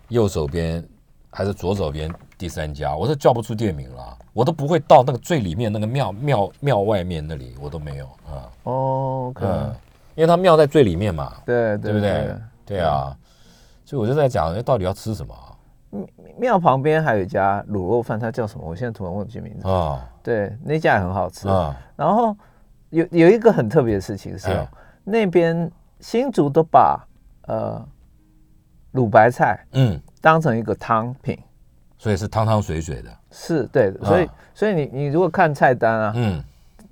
[SPEAKER 2] 右手边还是左手边第三家，我都叫不出店名了，我都不会到那个最里面那个庙庙庙外面那里，我都没有啊。
[SPEAKER 3] 哦，可
[SPEAKER 2] 嗯
[SPEAKER 3] 能，
[SPEAKER 2] 因为它庙在最里面嘛，对
[SPEAKER 3] 对对
[SPEAKER 2] 不对？对啊，所以我就在讲，哎到底要吃什么啊
[SPEAKER 3] 庙旁边还有一家卤肉饭，它叫什么？我现在突然忘记名字。
[SPEAKER 2] 啊？
[SPEAKER 3] 对，那家也很好吃。
[SPEAKER 2] 啊，
[SPEAKER 3] 然后有有一个很特别的事情是哦，
[SPEAKER 2] 哎
[SPEAKER 3] 那边新竹都把呃卤白菜
[SPEAKER 2] 嗯，
[SPEAKER 3] 当成一个汤品，
[SPEAKER 2] 所以是汤汤水水的，
[SPEAKER 3] 是对的。所以、
[SPEAKER 2] 啊
[SPEAKER 3] 所以你你如果看菜单啊，
[SPEAKER 2] 嗯，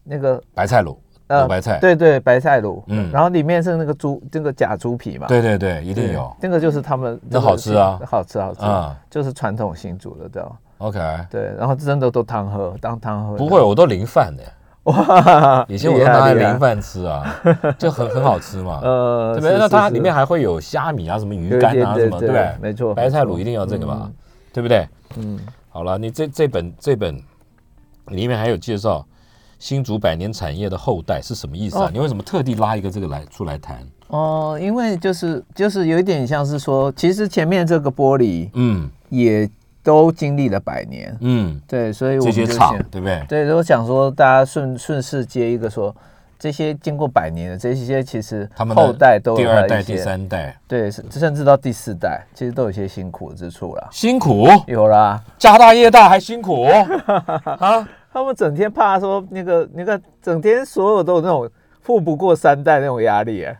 [SPEAKER 3] 那个呃
[SPEAKER 2] 白菜卤，卤白菜，
[SPEAKER 3] 对对，白菜卤，
[SPEAKER 2] 嗯
[SPEAKER 3] 然后里面是那个猪那个假猪皮嘛，
[SPEAKER 2] 对对对，一
[SPEAKER 3] 对，
[SPEAKER 2] 定有，
[SPEAKER 3] 那个就是他们
[SPEAKER 2] 那好吃啊
[SPEAKER 3] 好吃好吃，
[SPEAKER 2] 啊
[SPEAKER 3] 就是传统新竹的这样。
[SPEAKER 2] ，OK，
[SPEAKER 3] 对，然后真的都当喝，当汤喝。
[SPEAKER 2] 不
[SPEAKER 3] [laughs]
[SPEAKER 2] 会，我都零饭的，
[SPEAKER 3] 哇，
[SPEAKER 2] 以前我都
[SPEAKER 3] 厉害
[SPEAKER 2] 拿来
[SPEAKER 3] 厉害
[SPEAKER 2] 零饭吃
[SPEAKER 3] [laughs]
[SPEAKER 2] 啊，就很很好吃嘛，
[SPEAKER 3] 呃，
[SPEAKER 2] 对不对？
[SPEAKER 3] 是
[SPEAKER 2] 那它
[SPEAKER 3] 是
[SPEAKER 2] 里面还会有虾米啊，什么鱼干啊，
[SPEAKER 3] 有一点
[SPEAKER 2] 什么，对
[SPEAKER 3] 对
[SPEAKER 2] 不对？
[SPEAKER 3] 没错嗯
[SPEAKER 2] 白菜卤
[SPEAKER 3] 没错
[SPEAKER 2] 一定要这个吧，对不对？
[SPEAKER 3] 嗯，
[SPEAKER 2] 好了，你这这本这本里面还有介绍新竹百年产业的后代是什么意思啊？
[SPEAKER 3] 哦
[SPEAKER 2] 你为什么特地拉一个这个来出来谈？
[SPEAKER 3] 哦，因为就是就是有一点像是说，其实前面这个玻璃
[SPEAKER 2] 嗯
[SPEAKER 3] 也都经历了百年，
[SPEAKER 2] 嗯，
[SPEAKER 3] 对，所以我
[SPEAKER 2] 这
[SPEAKER 3] 们
[SPEAKER 2] 些
[SPEAKER 3] 就
[SPEAKER 2] 厂
[SPEAKER 3] 想，
[SPEAKER 2] 对不对？
[SPEAKER 3] 对，我想说大家顺顺势接一个说，这些经过百年的这些其实
[SPEAKER 2] 他们的
[SPEAKER 3] 后代都有
[SPEAKER 2] 第
[SPEAKER 3] 他的
[SPEAKER 2] 二
[SPEAKER 3] 一
[SPEAKER 2] 代、第
[SPEAKER 3] 些，
[SPEAKER 2] 三代
[SPEAKER 3] 对，甚甚至到第四代，其实都有一些辛苦之处啦。
[SPEAKER 2] 辛苦，
[SPEAKER 3] 有啦，
[SPEAKER 2] 家大业大还辛苦 [laughs] 啊！
[SPEAKER 3] 他们整天怕说那个那个，整天所有都有那种富不过三代那种压力，哎，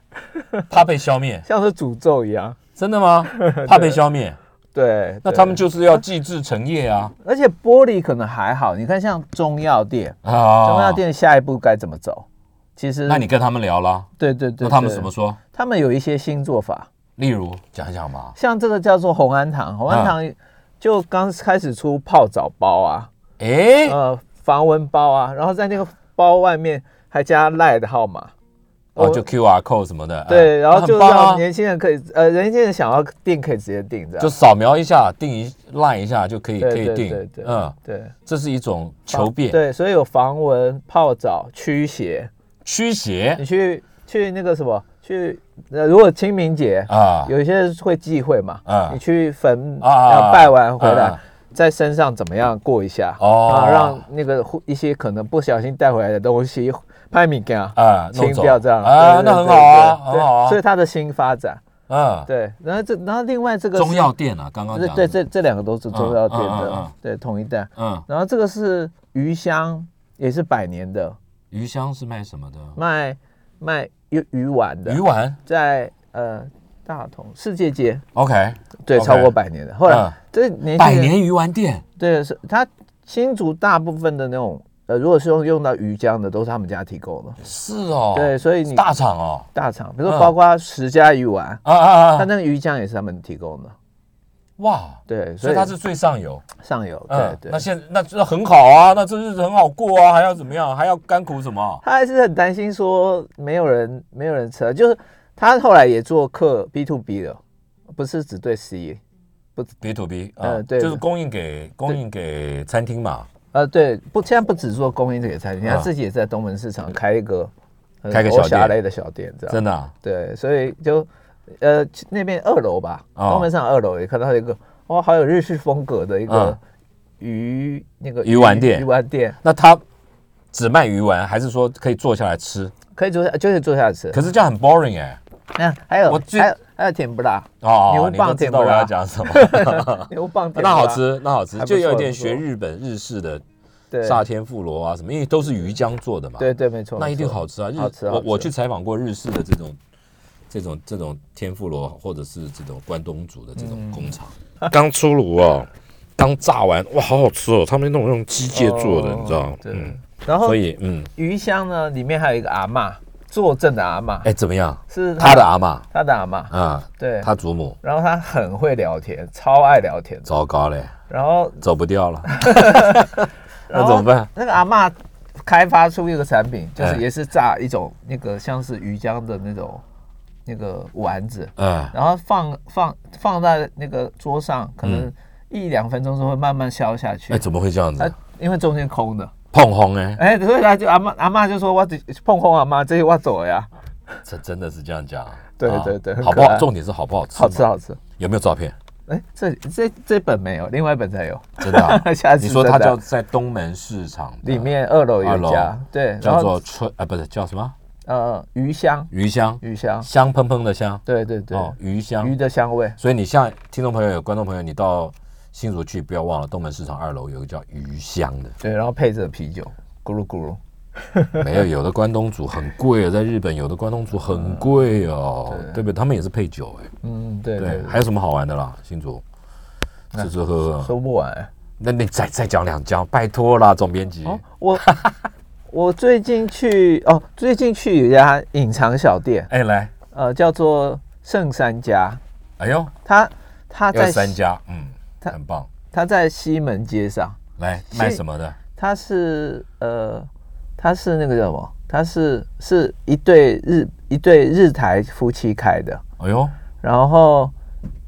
[SPEAKER 2] 怕被消灭，
[SPEAKER 3] 像是诅咒一样。
[SPEAKER 2] 真的
[SPEAKER 3] [laughs]
[SPEAKER 2] 吗？怕被消灭，
[SPEAKER 3] 对，
[SPEAKER 2] 那
[SPEAKER 3] 对
[SPEAKER 2] 他们就是要继志成业啊
[SPEAKER 3] 而且玻璃可能还好，你看像中药店，中
[SPEAKER 2] 啊
[SPEAKER 3] 药！店下一步该怎么走？其实
[SPEAKER 2] 那你跟他们聊了，
[SPEAKER 3] 对对对，
[SPEAKER 2] 那他们
[SPEAKER 3] 对
[SPEAKER 2] 怎么？说？
[SPEAKER 3] 他们有一些新做法，
[SPEAKER 2] 例如讲一讲嘛。
[SPEAKER 3] 像这个叫做红安堂，红
[SPEAKER 2] 嗯
[SPEAKER 3] 安堂就刚开始出泡澡包啊，
[SPEAKER 2] 哎，
[SPEAKER 3] 呃，防蚊包啊，然后在那个包外面还加赖的号码。
[SPEAKER 2] 哦，
[SPEAKER 3] 我
[SPEAKER 2] 就 Q R code 什么的，哎
[SPEAKER 3] 对，然后就
[SPEAKER 2] 那很棒啊
[SPEAKER 3] 让年轻人可以，呃，年轻人想要订可以直接订，这样
[SPEAKER 2] 就扫描一下，定一 line 一下就可以
[SPEAKER 3] 对
[SPEAKER 2] 可以
[SPEAKER 3] 对
[SPEAKER 2] 定
[SPEAKER 3] 对对，
[SPEAKER 2] 嗯，
[SPEAKER 3] 对
[SPEAKER 2] 这是一种求变，
[SPEAKER 3] 对，所以有防蚊、泡澡、驱邪，
[SPEAKER 2] 驱邪
[SPEAKER 3] 你去去那个什么，去呃，如果清明节
[SPEAKER 2] 啊
[SPEAKER 3] 有一些人会忌讳嘛
[SPEAKER 2] 啊，
[SPEAKER 3] 你去坟
[SPEAKER 2] 啊啊啊
[SPEAKER 3] 要拜完回
[SPEAKER 2] 啊
[SPEAKER 3] 来
[SPEAKER 2] 啊，
[SPEAKER 3] 在身上怎么样过一下，
[SPEAKER 2] 哦
[SPEAKER 3] 然后让那个户一些可能不小心带回来的东西拍米干啊，
[SPEAKER 2] 啊，弄
[SPEAKER 3] 清
[SPEAKER 2] 走
[SPEAKER 3] 掉这样
[SPEAKER 2] 啊，
[SPEAKER 3] 对对
[SPEAKER 2] 那很
[SPEAKER 3] 对
[SPEAKER 2] 好啊，
[SPEAKER 3] 对
[SPEAKER 2] 很好啊
[SPEAKER 3] 所以，它的新发展，
[SPEAKER 2] 嗯，
[SPEAKER 3] 对，然后这然后另外这个是
[SPEAKER 2] 中药店啊，刚刚
[SPEAKER 3] 这
[SPEAKER 2] 讲
[SPEAKER 3] 对
[SPEAKER 2] 的，
[SPEAKER 3] 这这两个都是中药
[SPEAKER 2] 嗯
[SPEAKER 3] 店
[SPEAKER 2] 嗯嗯
[SPEAKER 3] 的
[SPEAKER 2] 嗯，
[SPEAKER 3] 对，同一代。
[SPEAKER 2] 嗯，
[SPEAKER 3] 然后这个是鱼香，也是百年的，
[SPEAKER 2] 鱼香是卖什么的？
[SPEAKER 3] 卖卖鱼鱼丸的
[SPEAKER 2] 鱼，丸
[SPEAKER 3] 在呃大同世界街，
[SPEAKER 2] ，OK，
[SPEAKER 3] 对，
[SPEAKER 2] OK
[SPEAKER 3] 超过百年的。后
[SPEAKER 2] 嗯
[SPEAKER 3] 来这年轻人
[SPEAKER 2] 百年鱼丸店，
[SPEAKER 3] 对是它新竹大部分的那种呃，如果是用用到鱼浆的，都是他们家提供的。
[SPEAKER 2] 是哦，
[SPEAKER 3] 对，，所以你
[SPEAKER 2] 大厂哦，
[SPEAKER 3] 大厂，比
[SPEAKER 2] 嗯
[SPEAKER 3] 如说包括十家鱼丸，
[SPEAKER 2] 啊啊
[SPEAKER 3] 它
[SPEAKER 2] 啊，
[SPEAKER 3] 那个鱼浆也是他们提供的。
[SPEAKER 2] 哇，
[SPEAKER 3] 对，
[SPEAKER 2] 所以它是最上游，
[SPEAKER 3] 上游，对
[SPEAKER 2] 嗯，
[SPEAKER 3] 对
[SPEAKER 2] 那。现那那很好啊，那这日子很好过啊，还要怎么样？还要甘苦什么？
[SPEAKER 3] 他还是很担心说没有人没有人吃啊，就是他后来也做客 B to B 的，不是只对 C，
[SPEAKER 2] B to B 啊，
[SPEAKER 3] 呃对
[SPEAKER 2] 就是供应给供应给餐厅嘛，
[SPEAKER 3] 呃，对，不，现在不只做供应这个餐厅，
[SPEAKER 2] 啊
[SPEAKER 3] 他自己也在东门市场开一个呃
[SPEAKER 2] 开个小店
[SPEAKER 3] 楼下类的小店，这样
[SPEAKER 2] 真的啊
[SPEAKER 3] 对，所以就呃那边二楼吧，
[SPEAKER 2] 哦
[SPEAKER 3] 东门市场二楼也看到一个哇，好有日式风格的一
[SPEAKER 2] 嗯
[SPEAKER 3] 个鱼那个
[SPEAKER 2] 鱼丸店
[SPEAKER 3] 鱼丸店
[SPEAKER 2] 那他只卖鱼丸，还是说可以坐下来吃？
[SPEAKER 3] 可以坐下，就是坐下吃，
[SPEAKER 2] 可是这样很 boring 哎、
[SPEAKER 3] 那 [laughs] 还有
[SPEAKER 2] 我最
[SPEAKER 3] 还有还有甜不 [laughs] 辣，
[SPEAKER 2] 哦，
[SPEAKER 3] 牛
[SPEAKER 2] 你
[SPEAKER 3] 蒡
[SPEAKER 2] 都知
[SPEAKER 3] 甜
[SPEAKER 2] 道
[SPEAKER 3] 不
[SPEAKER 2] 我
[SPEAKER 3] 辣
[SPEAKER 2] 要讲什么， [laughs]
[SPEAKER 3] 牛蒡甜不辣
[SPEAKER 2] 那好，吃，那好吃，
[SPEAKER 3] [laughs] 还不
[SPEAKER 2] 就有
[SPEAKER 3] 错
[SPEAKER 2] 点
[SPEAKER 3] 不错
[SPEAKER 2] 学日本日式的
[SPEAKER 3] 对
[SPEAKER 2] 炸天妇罗啊什么，因为都是鱼浆做的嘛，
[SPEAKER 3] 对对没错，
[SPEAKER 2] 那一定
[SPEAKER 3] 没错
[SPEAKER 2] 好吃啊！日
[SPEAKER 3] 好吃好
[SPEAKER 2] 我我
[SPEAKER 3] 吃
[SPEAKER 2] 去采访过日式的这种、这种、这种天妇罗，或者是这种关东煮的这种工厂，
[SPEAKER 4] 刚出炉
[SPEAKER 2] 啊
[SPEAKER 4] 哦，刚炸完，哇，好好吃哦！他们那种用机械做的，
[SPEAKER 3] 哦
[SPEAKER 4] 你知道？
[SPEAKER 3] 对
[SPEAKER 4] 嗯，
[SPEAKER 3] 然后
[SPEAKER 2] 所以嗯，
[SPEAKER 3] 鱼香呢，里面还有一个阿嬷，坐镇的阿嬷，
[SPEAKER 2] 哎，怎么样？
[SPEAKER 3] 是
[SPEAKER 2] 他的啊阿嬷
[SPEAKER 3] 他的阿嬷，
[SPEAKER 2] 啊，
[SPEAKER 3] 对，
[SPEAKER 2] 他祖母，
[SPEAKER 3] 然后他很会聊天，超爱聊天的，
[SPEAKER 2] 糟糕嘞，
[SPEAKER 3] 然后
[SPEAKER 2] 走不掉了，那
[SPEAKER 3] 然后
[SPEAKER 2] 怎么办？
[SPEAKER 3] 那个阿嬷开发出一个产品，就是
[SPEAKER 2] 哎
[SPEAKER 3] 也是炸一种那个像是鱼浆的那种那个丸子，
[SPEAKER 2] 哎，
[SPEAKER 3] 然后放放放在那个桌上，可能一两分钟之后会慢慢消下去
[SPEAKER 2] 嗯哎，。怎么会这样
[SPEAKER 3] 它
[SPEAKER 2] 子？
[SPEAKER 3] 因为中间空的，
[SPEAKER 2] 碰红哎，
[SPEAKER 3] 哎，所以他就阿嬷阿嬷就说我只碰碰阿嬷，这些我走呀，
[SPEAKER 2] 这真的是这样讲啊？
[SPEAKER 3] 对
[SPEAKER 2] 啊
[SPEAKER 3] 对对很
[SPEAKER 2] 好不
[SPEAKER 3] 可
[SPEAKER 2] 好？
[SPEAKER 3] 爱
[SPEAKER 2] 重点是好不好吃？
[SPEAKER 3] 好吃，好吃。
[SPEAKER 2] 有没有照片？
[SPEAKER 3] 哎，这这这本没有，另外一本才有。？
[SPEAKER 2] 真的啊
[SPEAKER 3] [laughs] 下次
[SPEAKER 2] 你说
[SPEAKER 3] 再
[SPEAKER 2] 他
[SPEAKER 3] 带
[SPEAKER 2] 叫在东门市场的
[SPEAKER 3] 里面二楼有
[SPEAKER 2] 二
[SPEAKER 3] 一
[SPEAKER 2] 楼
[SPEAKER 3] 家，对，然
[SPEAKER 2] 叫做
[SPEAKER 3] 后
[SPEAKER 2] 春啊，不是叫什么
[SPEAKER 3] 呃鱼香，
[SPEAKER 2] 鱼香，
[SPEAKER 3] 鱼香，
[SPEAKER 2] 香喷喷的香。
[SPEAKER 3] 对对对，
[SPEAKER 2] 哦，鱼香
[SPEAKER 3] 鱼的香味，
[SPEAKER 2] 所以你像听众朋友、有观众朋友，你到新竹去，不要忘了东门市场二楼有一个叫鱼香
[SPEAKER 3] [laughs]
[SPEAKER 2] 的，
[SPEAKER 3] 对，然后配着啤酒，咕噜咕噜，
[SPEAKER 2] 没有有的关东煮很贵哦，在日本有的关东煮很贵哦，对不对？他们也是配酒哎、
[SPEAKER 3] 嗯，对对
[SPEAKER 2] 对，
[SPEAKER 3] 对，
[SPEAKER 2] 还有什么好玩的啦？新竹吃吃喝喝，
[SPEAKER 3] 说不完、哎
[SPEAKER 2] 那你再再讲两讲，拜托啦，总编辑。
[SPEAKER 3] 哦，我 [laughs] 我最近去哦，最近去有一家隐藏小店，
[SPEAKER 2] 哎，来，
[SPEAKER 3] 呃，叫做圣三家，
[SPEAKER 2] 哎呦，
[SPEAKER 3] 它它
[SPEAKER 2] 要
[SPEAKER 3] 在
[SPEAKER 2] 三
[SPEAKER 3] 西
[SPEAKER 2] 家，嗯，
[SPEAKER 3] 他
[SPEAKER 2] 很棒。
[SPEAKER 3] 它在西门街上，
[SPEAKER 2] 来
[SPEAKER 3] 是
[SPEAKER 2] 卖什么的？
[SPEAKER 3] 它是呃，它是那个叫什么？它是是一对日一对日台夫妻开的，
[SPEAKER 2] 哎呦，
[SPEAKER 3] 然后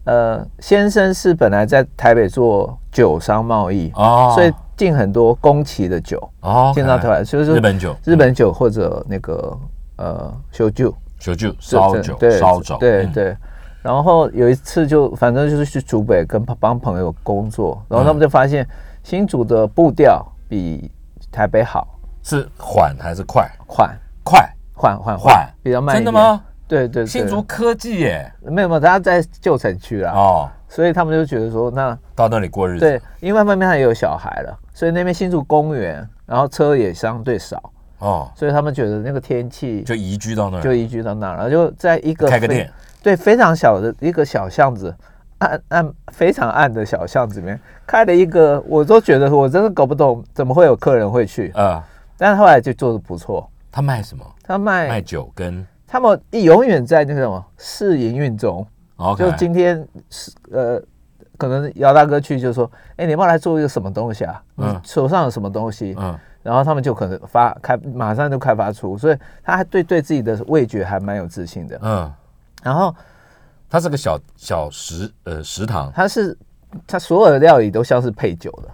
[SPEAKER 3] 呃，先生是本来在台北做酒商贸易，
[SPEAKER 2] 哦，
[SPEAKER 3] 所以进很多宫崎的酒
[SPEAKER 2] 哦，
[SPEAKER 3] 进到台湾，所以说
[SPEAKER 2] 日本酒
[SPEAKER 3] 日本酒或者那个呃修酒
[SPEAKER 2] 小酒、烧酒、
[SPEAKER 3] 对
[SPEAKER 2] 烧酒，
[SPEAKER 3] 对
[SPEAKER 2] 嗯
[SPEAKER 3] 对。然后有一次就反正就是去竹北跟帮朋友工作，然后他们就发现新竹的步调比台北好，
[SPEAKER 2] 是缓还是快？
[SPEAKER 3] 缓
[SPEAKER 2] 快，
[SPEAKER 3] 缓缓
[SPEAKER 2] 快，
[SPEAKER 3] 比较慢一
[SPEAKER 2] 真的
[SPEAKER 3] 点？
[SPEAKER 2] 吗？
[SPEAKER 3] 对对，对
[SPEAKER 2] 新竹科技耶，
[SPEAKER 3] 没有没有，他在旧城区啦，
[SPEAKER 2] 哦，
[SPEAKER 3] 所以他们就觉得说那
[SPEAKER 2] 到那里过日子，
[SPEAKER 3] 啊对，，因为外面他也有小孩了，所以那边新竹公园，然后车也相对少，
[SPEAKER 2] 哦，
[SPEAKER 3] 所以他们觉得那个天气
[SPEAKER 2] 就移居到那
[SPEAKER 3] 就
[SPEAKER 2] 儿，
[SPEAKER 3] 移居到那儿，然后就在一个
[SPEAKER 2] 开个
[SPEAKER 3] 非
[SPEAKER 2] 店，
[SPEAKER 3] 对，非常小的一个小巷子，暗暗非常暗的小巷子里面开了一个，我都觉得我真的搞不懂怎么会有客人会去，
[SPEAKER 2] 呃，
[SPEAKER 3] 但是后来就做的不错，
[SPEAKER 2] 他卖什么？
[SPEAKER 3] 他卖
[SPEAKER 2] 卖酒跟
[SPEAKER 3] 他们永远在那个什么试营运中，
[SPEAKER 2] 哦 OK，
[SPEAKER 3] 就今天是呃，可能姚大哥去就说，哎，你要不要来做一个什么东西啊？你
[SPEAKER 2] 嗯
[SPEAKER 3] 手上有什么东西？
[SPEAKER 2] 嗯，
[SPEAKER 3] 然后他们就可能发开，马上就开发出，所以他还对对自己的味觉还蛮有自信的。
[SPEAKER 2] 嗯，
[SPEAKER 3] 然后
[SPEAKER 2] 它是个小小食呃食堂，
[SPEAKER 3] 他是他所有的料理都像是配酒的，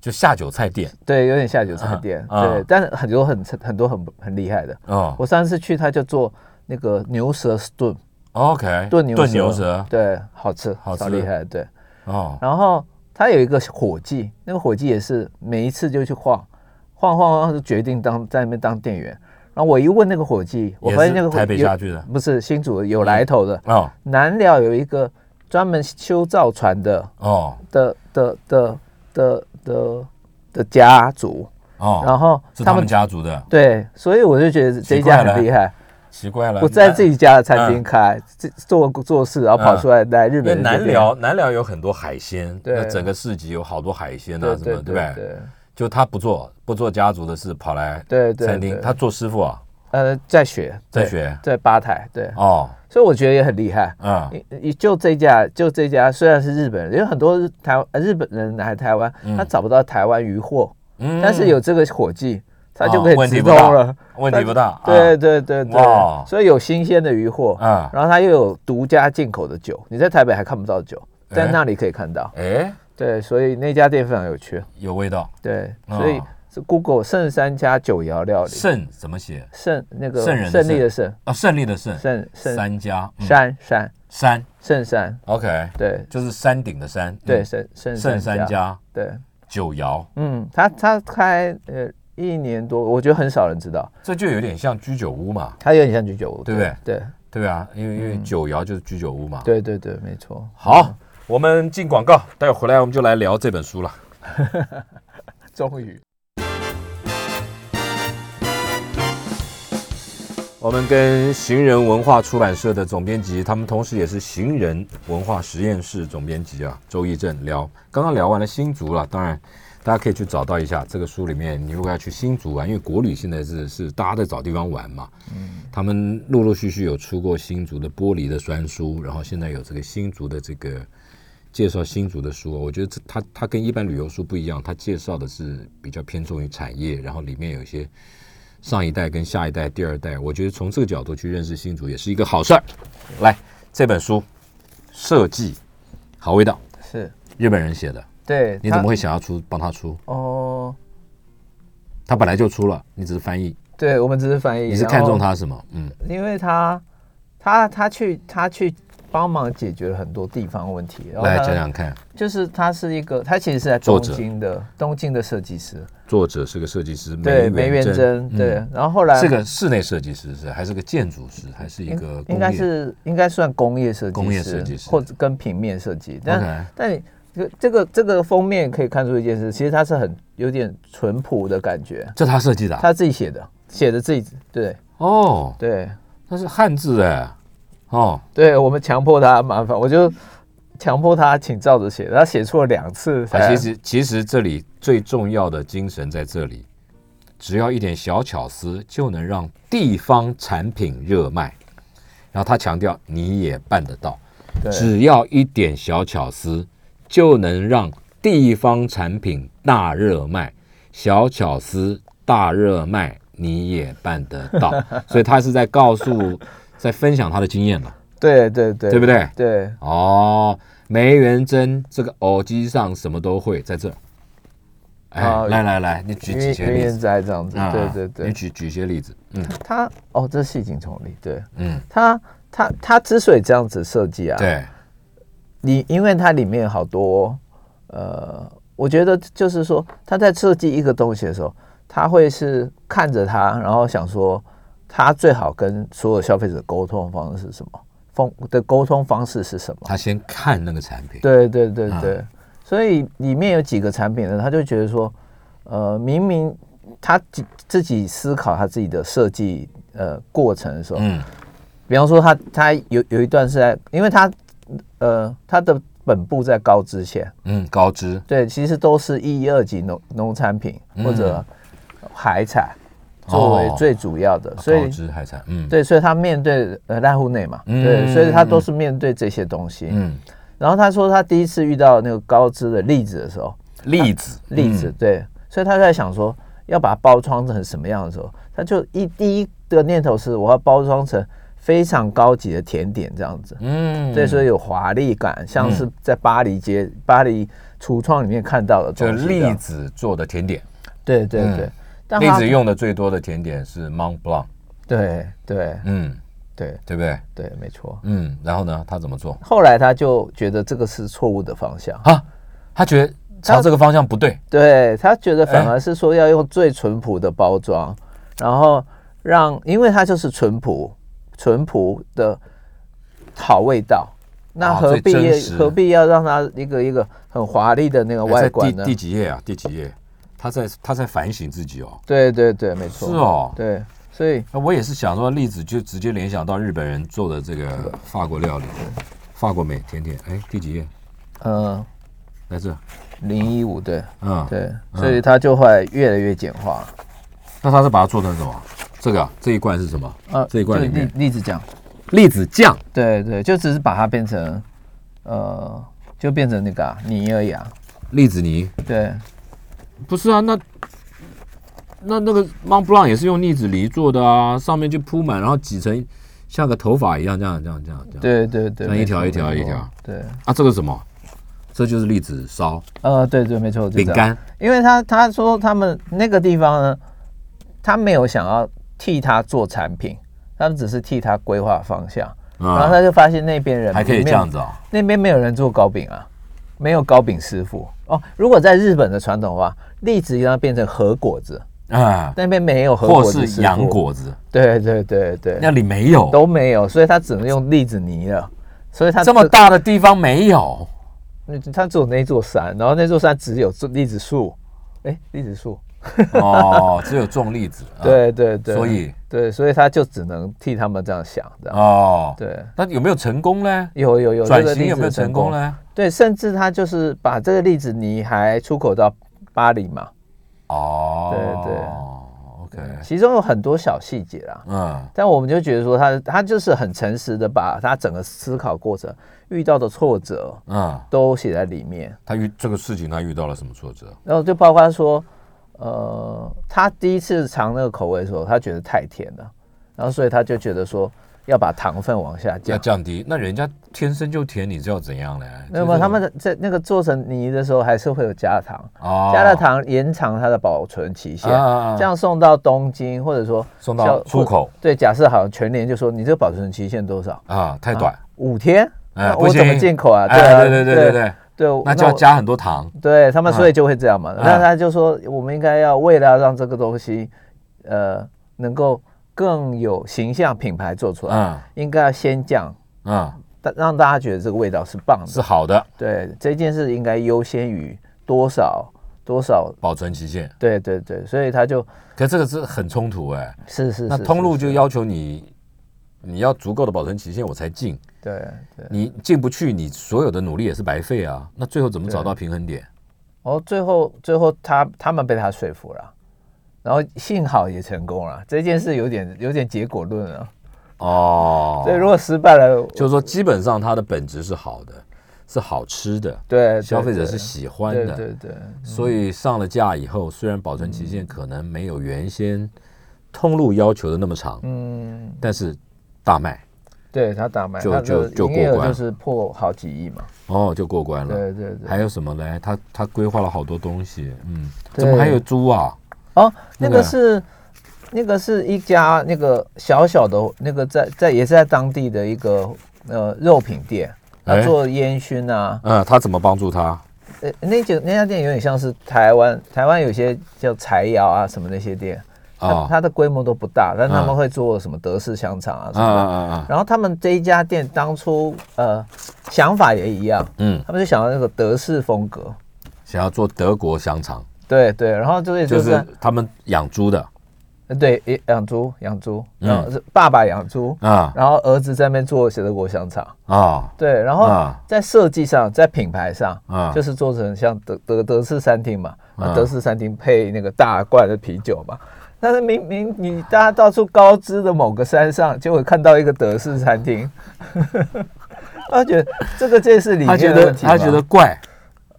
[SPEAKER 2] 就下酒菜店
[SPEAKER 3] 对，有点下酒菜店，
[SPEAKER 2] 啊
[SPEAKER 3] 对，但是很多很很多很很厉害的。
[SPEAKER 2] 哦
[SPEAKER 3] 我上次去他就做那个牛舌 stew，
[SPEAKER 2] ，OK，
[SPEAKER 3] 炖牛
[SPEAKER 2] 炖牛舌，
[SPEAKER 3] 对，好吃，
[SPEAKER 2] 好
[SPEAKER 3] 超
[SPEAKER 2] 吃
[SPEAKER 3] 厉害，对。
[SPEAKER 2] 哦，
[SPEAKER 3] 然后他有一个伙计，那个伙计也是每一次就去晃，晃晃晃就决定当在那边当店员。然后我一问那个伙计，我
[SPEAKER 2] 也
[SPEAKER 3] 发现
[SPEAKER 2] 是
[SPEAKER 3] 那个伙
[SPEAKER 2] 台北
[SPEAKER 3] 有
[SPEAKER 2] 下去的
[SPEAKER 3] 不是新竹的有来头的。
[SPEAKER 2] 哦
[SPEAKER 3] 南寮有一个专门修造船的
[SPEAKER 2] 哦
[SPEAKER 3] 的的的的的的家族，然
[SPEAKER 2] 哦，
[SPEAKER 3] 后
[SPEAKER 2] 是他们家族的，
[SPEAKER 3] 对，所以我就觉得这一家
[SPEAKER 2] 奇怪了
[SPEAKER 3] 很
[SPEAKER 2] [laughs]
[SPEAKER 3] 厉害。
[SPEAKER 2] 奇怪了，
[SPEAKER 3] 我在自己家的餐
[SPEAKER 2] 嗯
[SPEAKER 3] 厅开，自做做事，然后跑出来来日
[SPEAKER 2] 因为
[SPEAKER 3] 本的
[SPEAKER 2] 南
[SPEAKER 3] 这边
[SPEAKER 2] 寮，南寮有很多海鲜，
[SPEAKER 3] 对
[SPEAKER 2] 那整个市集有好多海鲜啊
[SPEAKER 3] 对
[SPEAKER 2] 什
[SPEAKER 3] 对
[SPEAKER 2] 么，
[SPEAKER 3] 对
[SPEAKER 2] 对不对？
[SPEAKER 3] 对，
[SPEAKER 2] 就他不做不做家族的事，跑来
[SPEAKER 3] 对对
[SPEAKER 2] 餐厅，
[SPEAKER 3] 对
[SPEAKER 2] 他做师傅啊，
[SPEAKER 3] 呃，在学，
[SPEAKER 2] 在
[SPEAKER 3] 对
[SPEAKER 2] 学
[SPEAKER 3] 在吧台，对，
[SPEAKER 2] 哦，
[SPEAKER 3] 所以我觉得也很厉害。
[SPEAKER 2] 嗯，
[SPEAKER 3] 你你就这家，就这家，虽然是日本人，有很多日台呃日本人来台湾，他找不到台湾渔货，
[SPEAKER 2] 嗯
[SPEAKER 3] 但是有这个伙计，他就可
[SPEAKER 2] 哦问
[SPEAKER 3] 以
[SPEAKER 2] 题
[SPEAKER 3] 直
[SPEAKER 2] 不大
[SPEAKER 3] 通了。
[SPEAKER 2] 问题不大，
[SPEAKER 3] 对
[SPEAKER 2] 啊，
[SPEAKER 3] 对对
[SPEAKER 2] 哇
[SPEAKER 3] 对，所以有新鲜的渔货，
[SPEAKER 2] 啊
[SPEAKER 3] 然后它又有独家进口的酒，你在台北还看不到酒，在
[SPEAKER 2] 哎
[SPEAKER 3] 那里可以看到。
[SPEAKER 2] 哎，
[SPEAKER 3] 对，所以那家店非常有趣。
[SPEAKER 2] 有味道，
[SPEAKER 3] 对，
[SPEAKER 2] 哦
[SPEAKER 3] 所以是 Google 圣三家九肴料理，
[SPEAKER 2] 胜怎么写
[SPEAKER 3] 圣那个
[SPEAKER 2] 圣人的
[SPEAKER 3] 胜利
[SPEAKER 2] 圣
[SPEAKER 3] 的圣，
[SPEAKER 2] 啊？胜利的胜，
[SPEAKER 3] 圣圣
[SPEAKER 2] 三家嗯
[SPEAKER 3] 山山
[SPEAKER 2] 山
[SPEAKER 3] 圣山，
[SPEAKER 2] ，OK，
[SPEAKER 3] 对
[SPEAKER 2] 就是山顶的山，
[SPEAKER 3] 对
[SPEAKER 2] 嗯
[SPEAKER 3] 圣圣
[SPEAKER 2] 胜三，家
[SPEAKER 3] 对，
[SPEAKER 2] 九窑
[SPEAKER 3] 嗯，他他开呃一年多，我觉得很少人知道，
[SPEAKER 2] 这就有点像居酒屋嘛，
[SPEAKER 3] 它有点像居酒屋，
[SPEAKER 2] 对不对
[SPEAKER 3] 对
[SPEAKER 2] 对啊，因为因
[SPEAKER 3] 嗯
[SPEAKER 2] 为酒肴就是居酒屋嘛。，
[SPEAKER 3] 对对对，
[SPEAKER 2] [laughs]
[SPEAKER 3] 没错。
[SPEAKER 2] 好，我们进广告，待会回来我们就来聊这本书了。
[SPEAKER 3] 终于，
[SPEAKER 2] 我们跟行人文化出版社的总编辑，他们同时也是行人文化实验室总编辑啊，周义正聊。刚刚聊完了新竹了，当然大家可以去找到一下这个书里面，你如果要去新竹啊玩，因为国旅现在是是大家在找地方玩嘛，他们陆陆续续有出过新竹的玻璃的酸书，然后现在有这个新竹的这个介绍新竹的书，我觉得这它它跟一般旅游书不一样，它介绍的是比较偏重于产业，然后里面有一些上一代跟下一代、第二代，我觉得从这个角度去认识新竹也是一个好事儿。来，这本书《设计好味道
[SPEAKER 3] 是》，
[SPEAKER 2] 日本人写的，
[SPEAKER 3] 对。
[SPEAKER 2] 你怎么
[SPEAKER 3] 它？
[SPEAKER 2] 会想要出帮他出？
[SPEAKER 3] 哦，
[SPEAKER 2] 他本来就出了，你只是翻译，
[SPEAKER 3] 对，我们只是翻译。
[SPEAKER 2] 你是
[SPEAKER 3] 然
[SPEAKER 2] 看中
[SPEAKER 3] 后
[SPEAKER 2] 他什么？嗯，
[SPEAKER 3] 因为他他他去他去帮忙解决了很多地方问题。然后
[SPEAKER 2] 来
[SPEAKER 3] 他
[SPEAKER 2] 讲讲看。
[SPEAKER 3] 就是他是一个，他其实是在
[SPEAKER 2] 作
[SPEAKER 3] 东
[SPEAKER 2] 者
[SPEAKER 3] 京的东京的设计师，
[SPEAKER 2] 作者是个设计师，
[SPEAKER 3] 对，梅
[SPEAKER 2] 梅
[SPEAKER 3] 元
[SPEAKER 2] 真
[SPEAKER 3] 真，，对
[SPEAKER 2] 嗯。
[SPEAKER 3] 然后后来
[SPEAKER 2] 是个室内设计师是还是个建筑师，还是一个
[SPEAKER 3] 应
[SPEAKER 2] 工
[SPEAKER 3] 应该
[SPEAKER 2] 业
[SPEAKER 3] 是应该算工业设计师，
[SPEAKER 2] 工业设计师
[SPEAKER 3] 或者跟平面设计，但
[SPEAKER 2] OK
[SPEAKER 3] 但你这这个这个封面可以看出一件事，其实他是很有点淳朴的感觉，
[SPEAKER 2] 这他设计的啊
[SPEAKER 3] 他自己写的，写的自己，对
[SPEAKER 2] 哦，
[SPEAKER 3] 对
[SPEAKER 2] 那是汉字哎，哦，
[SPEAKER 3] 对，我们强迫他麻烦，我就强迫他请照着写，他写错了两次
[SPEAKER 2] 啊，
[SPEAKER 3] 才，
[SPEAKER 2] 其实其实这里最重要的精神在这里，只要一点小巧思，就能让地方产品热卖。然后他强调，你也办得到，
[SPEAKER 3] 对
[SPEAKER 2] 只要一点小巧思，就能让地方产品大热卖。小巧思大热卖，你也办得到。所以他是在告诉，在分享他的经验了，
[SPEAKER 3] 对对对，
[SPEAKER 2] 对不？对？
[SPEAKER 3] 对
[SPEAKER 2] 哦，梅元真这个偶机上什么都会，在这儿。哎，
[SPEAKER 3] 啊
[SPEAKER 2] 来来来，你举
[SPEAKER 3] 因
[SPEAKER 2] 几
[SPEAKER 3] 为
[SPEAKER 2] 些例
[SPEAKER 3] 原
[SPEAKER 2] 子？
[SPEAKER 3] 在这样子，
[SPEAKER 2] 啊
[SPEAKER 3] 对对对
[SPEAKER 2] 你，举举些例子。嗯
[SPEAKER 3] 他哦，这是细景重力，对
[SPEAKER 2] 嗯，
[SPEAKER 3] 他他他之所以这样子设计啊，
[SPEAKER 2] 对，
[SPEAKER 3] 你因为它里面有好多呃，我觉得就是说他在设计一个东西的时候，他会是看着它，然后想说他最好跟所有消费者沟通的方式是什么，方的沟通方式是什么？
[SPEAKER 2] 他先看那个产品。
[SPEAKER 3] 对对对
[SPEAKER 2] 啊
[SPEAKER 3] 对，所以里面有几个产品呢，他就觉得说，呃，明明他自自己思考他自己的设计呃过程的时候，
[SPEAKER 2] 嗯，
[SPEAKER 3] 比方说他他有有一段是在，因为他呃他的本部在高知县，
[SPEAKER 2] 嗯，高知，
[SPEAKER 3] 对，其实都是一二级农农产品或者海产作为
[SPEAKER 2] 嗯哦
[SPEAKER 3] 最主要的，所
[SPEAKER 2] 高
[SPEAKER 3] 以
[SPEAKER 2] 知海产。嗯，，
[SPEAKER 3] 对，所以他面对呃濑户内嘛，对，所以他都是面对这些东西，
[SPEAKER 2] 嗯，
[SPEAKER 3] 然后他说他第一次遇到那个高知的栗子的时候，
[SPEAKER 2] 栗子，
[SPEAKER 3] 栗啊子、
[SPEAKER 2] 嗯
[SPEAKER 3] 对，所以他在想说要把它包装成什么样的时候，他就一第一个念头是我要包装成非常高级的甜点这样子，
[SPEAKER 2] 嗯，
[SPEAKER 3] 对，所以有华丽感，像是在巴黎街、巴黎橱窗里面看到的
[SPEAKER 2] 就
[SPEAKER 3] 东西这样
[SPEAKER 2] 栗，子做的甜点，
[SPEAKER 3] 对对
[SPEAKER 2] 嗯
[SPEAKER 3] 对，但
[SPEAKER 2] 栗
[SPEAKER 3] 他
[SPEAKER 2] 子用的最多的甜点是 Mont Blanc。
[SPEAKER 3] 对对
[SPEAKER 2] 嗯，
[SPEAKER 3] 对
[SPEAKER 2] 对不对？
[SPEAKER 3] 对，没错。
[SPEAKER 2] 嗯，然后呢，他怎么做？
[SPEAKER 3] 后来他就觉得这个是错误的方向，
[SPEAKER 2] 啊，他觉得朝
[SPEAKER 3] 他
[SPEAKER 2] 这个方向不对。
[SPEAKER 3] 对他觉得
[SPEAKER 2] 哎
[SPEAKER 3] 反而是说要用最淳朴的包装，然后让，因为它就是淳朴，淳朴的好味道。那
[SPEAKER 2] 啊
[SPEAKER 3] 何
[SPEAKER 2] 最
[SPEAKER 3] 必、
[SPEAKER 2] 真实
[SPEAKER 3] 何必要让它一个一个很华丽的那个
[SPEAKER 2] 哎在
[SPEAKER 3] 外观呢
[SPEAKER 2] 第？第几页啊？第几页？他在他在反省自己哦。
[SPEAKER 3] 对对对，没错。
[SPEAKER 2] 是哦
[SPEAKER 3] 对，所以
[SPEAKER 2] 那我也是想说，栗子就直接联想到日本人做的这个法国料理，法国美甜点。哎，第几页？
[SPEAKER 3] 呃，
[SPEAKER 2] 在这。
[SPEAKER 3] 零一五对
[SPEAKER 2] 嗯，。
[SPEAKER 3] 对，所以它就会越来越简化。
[SPEAKER 2] 那他是把它做成什么？这个啊这一罐是什么？啊这一罐
[SPEAKER 3] 啊就
[SPEAKER 2] 里面
[SPEAKER 3] 栗栗子酱，
[SPEAKER 2] 栗子酱。
[SPEAKER 3] 对对，就只是把它变成呃，就变成那个、啊、泥而已啊。
[SPEAKER 2] 栗子泥
[SPEAKER 3] 对，
[SPEAKER 2] 不是啊，那那那个 Mont Blanc 也是用栗子泥做的啊，上面就铺满，然后挤成像个头发一样，这样这样这样这样。
[SPEAKER 3] 对对
[SPEAKER 2] 这
[SPEAKER 3] 对，
[SPEAKER 2] 样一
[SPEAKER 3] 没
[SPEAKER 2] 条
[SPEAKER 3] 错
[SPEAKER 2] 一条
[SPEAKER 3] 没
[SPEAKER 2] 一
[SPEAKER 3] 错
[SPEAKER 2] 条
[SPEAKER 3] 对，
[SPEAKER 2] 啊，这个什么？这就是栗子烧
[SPEAKER 3] 呃，对对，没错，就
[SPEAKER 2] 饼
[SPEAKER 3] 这样。
[SPEAKER 2] 干。
[SPEAKER 3] 因为他他说他们那个地方呢，他没有想要替他做产品，他们只是替他规划方向。然后
[SPEAKER 2] 啊，
[SPEAKER 3] 他就发现那边人
[SPEAKER 2] 还可以
[SPEAKER 3] 没
[SPEAKER 2] 这
[SPEAKER 3] 有
[SPEAKER 2] 样子哦。
[SPEAKER 3] 那边没有人做糕饼啊，没有糕饼师傅哦。如果在日本的传统的话，栗子要变成和果子，
[SPEAKER 2] 哎
[SPEAKER 5] 啊，
[SPEAKER 3] 那边没有和
[SPEAKER 5] 或
[SPEAKER 3] 果子
[SPEAKER 5] 是
[SPEAKER 3] 师
[SPEAKER 5] 洋
[SPEAKER 3] 傅，
[SPEAKER 5] 果子，
[SPEAKER 3] 对对对对，
[SPEAKER 5] 那里没有，
[SPEAKER 3] 都没有，所以他只能用栗子泥了。所以他
[SPEAKER 5] 这么大的地方没
[SPEAKER 3] [laughs]
[SPEAKER 5] 有。
[SPEAKER 3] 他只有那座山，然后那座山只有这栗子树，哎，栗子树，
[SPEAKER 5] 哦，只有种栗子。啊，
[SPEAKER 3] 对对对，
[SPEAKER 5] 所以
[SPEAKER 3] 对，所以他就只能替他们这样想，这样、
[SPEAKER 5] 哦，
[SPEAKER 3] 对，
[SPEAKER 5] 那有没有成功呢？
[SPEAKER 3] 有有有
[SPEAKER 5] 转
[SPEAKER 3] 这个
[SPEAKER 5] 型
[SPEAKER 3] 栗
[SPEAKER 5] 有
[SPEAKER 3] 子
[SPEAKER 5] 没有成功
[SPEAKER 3] 了？
[SPEAKER 5] 呢？
[SPEAKER 3] 对，甚至他就是把这个栗子泥还出口到巴黎嘛，
[SPEAKER 5] 哦，对对，OK，
[SPEAKER 3] 其中有很多小细节啦。
[SPEAKER 5] 嗯，
[SPEAKER 3] 但我们就觉得说他他就是很诚实的把他整个思考过程遇到的挫折
[SPEAKER 5] 嗯，
[SPEAKER 3] 都写在里面，
[SPEAKER 2] 他遇这个事情，他遇到了什么挫折？
[SPEAKER 3] 然后就包括说，呃，他第一次尝那个口味的时候，他觉得太甜了，然后所以他就觉得说要把糖分往下
[SPEAKER 2] 要
[SPEAKER 3] 降。
[SPEAKER 2] 降低，那人家天生就甜，你是要怎样呢？
[SPEAKER 3] 那么他们在那个做成泥的时候，还是会有加糖，
[SPEAKER 2] 哦
[SPEAKER 3] 加了糖延长它的保存期限，
[SPEAKER 2] 啊
[SPEAKER 3] 这样送到东京或者说
[SPEAKER 2] 送到
[SPEAKER 3] 销
[SPEAKER 2] 出口。
[SPEAKER 3] 对，假设好像全年就说你这个保存期限多少？
[SPEAKER 2] 啊，太短，
[SPEAKER 3] 五天？
[SPEAKER 2] 哎
[SPEAKER 3] 那
[SPEAKER 2] 不
[SPEAKER 3] 我怎么
[SPEAKER 2] 行
[SPEAKER 3] 进口啊？
[SPEAKER 2] 哎
[SPEAKER 3] 啊，
[SPEAKER 2] 对对对对对，
[SPEAKER 3] 对，
[SPEAKER 2] 那就要
[SPEAKER 3] 我。
[SPEAKER 2] 加嗯很多糖，
[SPEAKER 3] 对他们，所以就会这样嘛。那
[SPEAKER 2] 啊
[SPEAKER 3] 他就说，我们应该要为了要让这个东西，呃，能够更有形象品牌做出来，
[SPEAKER 2] 嗯
[SPEAKER 3] 应该要先降，
[SPEAKER 2] 嗯，
[SPEAKER 3] 但让大家觉得这个味道是棒
[SPEAKER 2] 是
[SPEAKER 3] 的。
[SPEAKER 2] 好的，
[SPEAKER 3] 对，这件事应该优先于多少多少。
[SPEAKER 2] 保存期限。
[SPEAKER 3] 对对对，所以他就
[SPEAKER 2] 可这个是很冲突哎，
[SPEAKER 3] 是是
[SPEAKER 2] 那
[SPEAKER 3] 是
[SPEAKER 2] 通
[SPEAKER 3] 是
[SPEAKER 2] 路
[SPEAKER 3] 是
[SPEAKER 2] 就要求你，你要足够的保存期限我才进，
[SPEAKER 3] 对对。
[SPEAKER 2] 你进不去，你所有的努力也是白费啊。那最后怎么找到平衡点？
[SPEAKER 3] 然后最后最后他他们被他说服了，然后幸好也成功了。这件事有点有点结果论了。
[SPEAKER 2] 哦，
[SPEAKER 3] 嗯所以如果失败了，
[SPEAKER 2] 就是说基本上它的本质是好的，是好吃的，
[SPEAKER 3] 对
[SPEAKER 2] 消费者
[SPEAKER 3] 对
[SPEAKER 2] 是
[SPEAKER 3] 对
[SPEAKER 2] 喜欢
[SPEAKER 3] 对
[SPEAKER 2] 的，
[SPEAKER 3] 对对
[SPEAKER 2] 所以上了架以后，虽然保存期限可能没有原先通路要求的那么长，
[SPEAKER 3] 嗯，
[SPEAKER 2] 但是大卖
[SPEAKER 3] 对他打卖
[SPEAKER 2] 就
[SPEAKER 3] 他
[SPEAKER 2] 就
[SPEAKER 3] 的
[SPEAKER 2] 就
[SPEAKER 3] 营业
[SPEAKER 2] 过
[SPEAKER 3] 额
[SPEAKER 2] 关
[SPEAKER 3] 就
[SPEAKER 2] 了
[SPEAKER 3] 是破好几亿嘛。
[SPEAKER 2] 哦就过关了。
[SPEAKER 3] 对对对。
[SPEAKER 2] 还有什么嘞？他他规划了好多东西，嗯，
[SPEAKER 3] 对
[SPEAKER 2] 怎么还有猪啊？
[SPEAKER 3] 哦，
[SPEAKER 2] 那
[SPEAKER 3] 那
[SPEAKER 2] 个
[SPEAKER 3] 个是那个是一家那个小小的那个在在也是在当地的一个呃肉品店，他
[SPEAKER 2] 哎
[SPEAKER 3] 做烟熏啊。
[SPEAKER 2] 嗯，他怎么帮助他？
[SPEAKER 3] 呃，那间那家店有点像是台湾，台湾有些叫柴窑啊什么那些店，它、
[SPEAKER 2] 哦
[SPEAKER 3] 它的规模都不大，但他
[SPEAKER 2] 嗯
[SPEAKER 3] 们会做什么德式香肠啊什
[SPEAKER 2] 啊
[SPEAKER 3] 么的。
[SPEAKER 2] 啊啊！啊
[SPEAKER 3] 然后他们这一家店当初呃想法也一样，
[SPEAKER 2] 嗯，
[SPEAKER 3] 他们就想要那个德式风格，
[SPEAKER 2] 想要做德国香肠，
[SPEAKER 3] 对对，然后就是
[SPEAKER 2] 就
[SPEAKER 3] 就是是
[SPEAKER 2] 他们养猪的
[SPEAKER 3] 对诶养猪养猪，
[SPEAKER 2] 嗯
[SPEAKER 3] 然后是爸爸养猪，
[SPEAKER 2] 啊
[SPEAKER 3] 然后儿子在那边做德国香肠，
[SPEAKER 2] 啊
[SPEAKER 3] 对，然后
[SPEAKER 2] 啊
[SPEAKER 3] 在设计上，在品牌上，
[SPEAKER 2] 啊
[SPEAKER 3] 就是做成像德德德式餐厅嘛，啊
[SPEAKER 2] 嗯
[SPEAKER 3] 德式餐厅配那个大罐的啤酒嘛。但是明明你大家到处高知的某个山上，结果看到一个德式餐厅， [laughs] 他觉得这个这是里
[SPEAKER 2] 他
[SPEAKER 3] 面
[SPEAKER 2] 觉
[SPEAKER 3] 的
[SPEAKER 2] 得
[SPEAKER 3] 问题
[SPEAKER 2] 他
[SPEAKER 3] 吗
[SPEAKER 2] 觉得怪，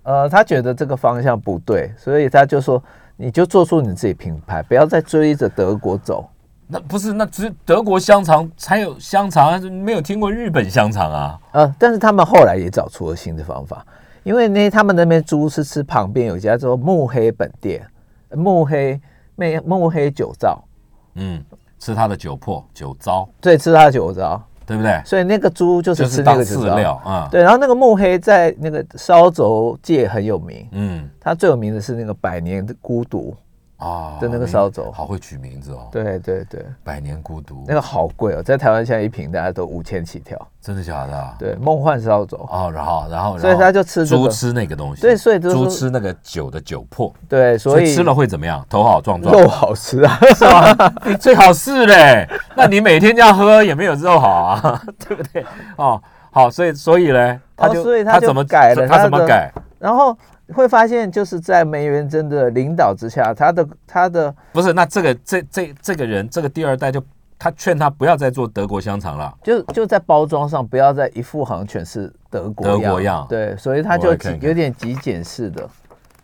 [SPEAKER 3] 呃，他觉得这个方向不对，所以他就说你就做出你自己品牌，不要再追着德国走。
[SPEAKER 2] 那不是那只德国香肠才有香肠，没有听过日本香肠啊。
[SPEAKER 3] 呃，但是他们后来也找出了新的方法，因为呢，他们那边猪是吃旁边有一家叫做慕黑本店，呃慕黑妹慕黑酒糟，
[SPEAKER 2] 嗯，吃它的酒粕、酒糟，
[SPEAKER 3] 对，吃它的酒糟，
[SPEAKER 2] 对不对？
[SPEAKER 3] 所以那个猪就
[SPEAKER 2] 就是是
[SPEAKER 3] 吃那
[SPEAKER 2] 当
[SPEAKER 3] 个酒
[SPEAKER 2] 饲料
[SPEAKER 3] 糟。
[SPEAKER 2] 啊。
[SPEAKER 3] 对，然后那个慕黑在那个烧轴界很有名，
[SPEAKER 2] 嗯，
[SPEAKER 3] 它最有名的是那个百年的孤独，
[SPEAKER 2] 哦，
[SPEAKER 3] 对那个
[SPEAKER 2] 你
[SPEAKER 3] 烧酒
[SPEAKER 2] 好会取名字哦。
[SPEAKER 3] 对对对，
[SPEAKER 2] 百年孤独
[SPEAKER 3] 那，个好贵哦，在台湾现在一瓶大家都五千起跳，
[SPEAKER 2] 真的假的啊？
[SPEAKER 3] 对，梦幻烧轴，
[SPEAKER 2] 哦，然后然后，
[SPEAKER 3] 所以
[SPEAKER 2] 然后
[SPEAKER 3] 他就吃这
[SPEAKER 2] 猪
[SPEAKER 3] 个
[SPEAKER 2] 吃那个东西，
[SPEAKER 3] 对所以就是
[SPEAKER 2] 猪
[SPEAKER 3] 说
[SPEAKER 2] 吃那个酒的酒粕，
[SPEAKER 3] 对，所以
[SPEAKER 2] 吃了会怎么样？头好壮壮，
[SPEAKER 3] 肉好吃啊，
[SPEAKER 2] 是吧？你最好是嘞，那你每天这样喝也没有肉好啊， [laughs] 对不对？哦，好，所以所以嘞，他就、
[SPEAKER 3] 哦所以他就
[SPEAKER 2] 怎么
[SPEAKER 3] 改了
[SPEAKER 2] 他
[SPEAKER 3] 他
[SPEAKER 2] 怎么
[SPEAKER 3] 的
[SPEAKER 2] 改？
[SPEAKER 3] 然后会发现，就是在梅元贞的领导之下，他的他的
[SPEAKER 2] 不是，那这个这这这个人，这个第二代就他劝他不要再做德国香肠了。
[SPEAKER 3] 就就在包装上不要再一副好像全是德国
[SPEAKER 2] 德国样
[SPEAKER 3] 对，所以他
[SPEAKER 2] 我
[SPEAKER 3] 就
[SPEAKER 2] 来看
[SPEAKER 3] 极
[SPEAKER 2] 看
[SPEAKER 3] 有点极简式的，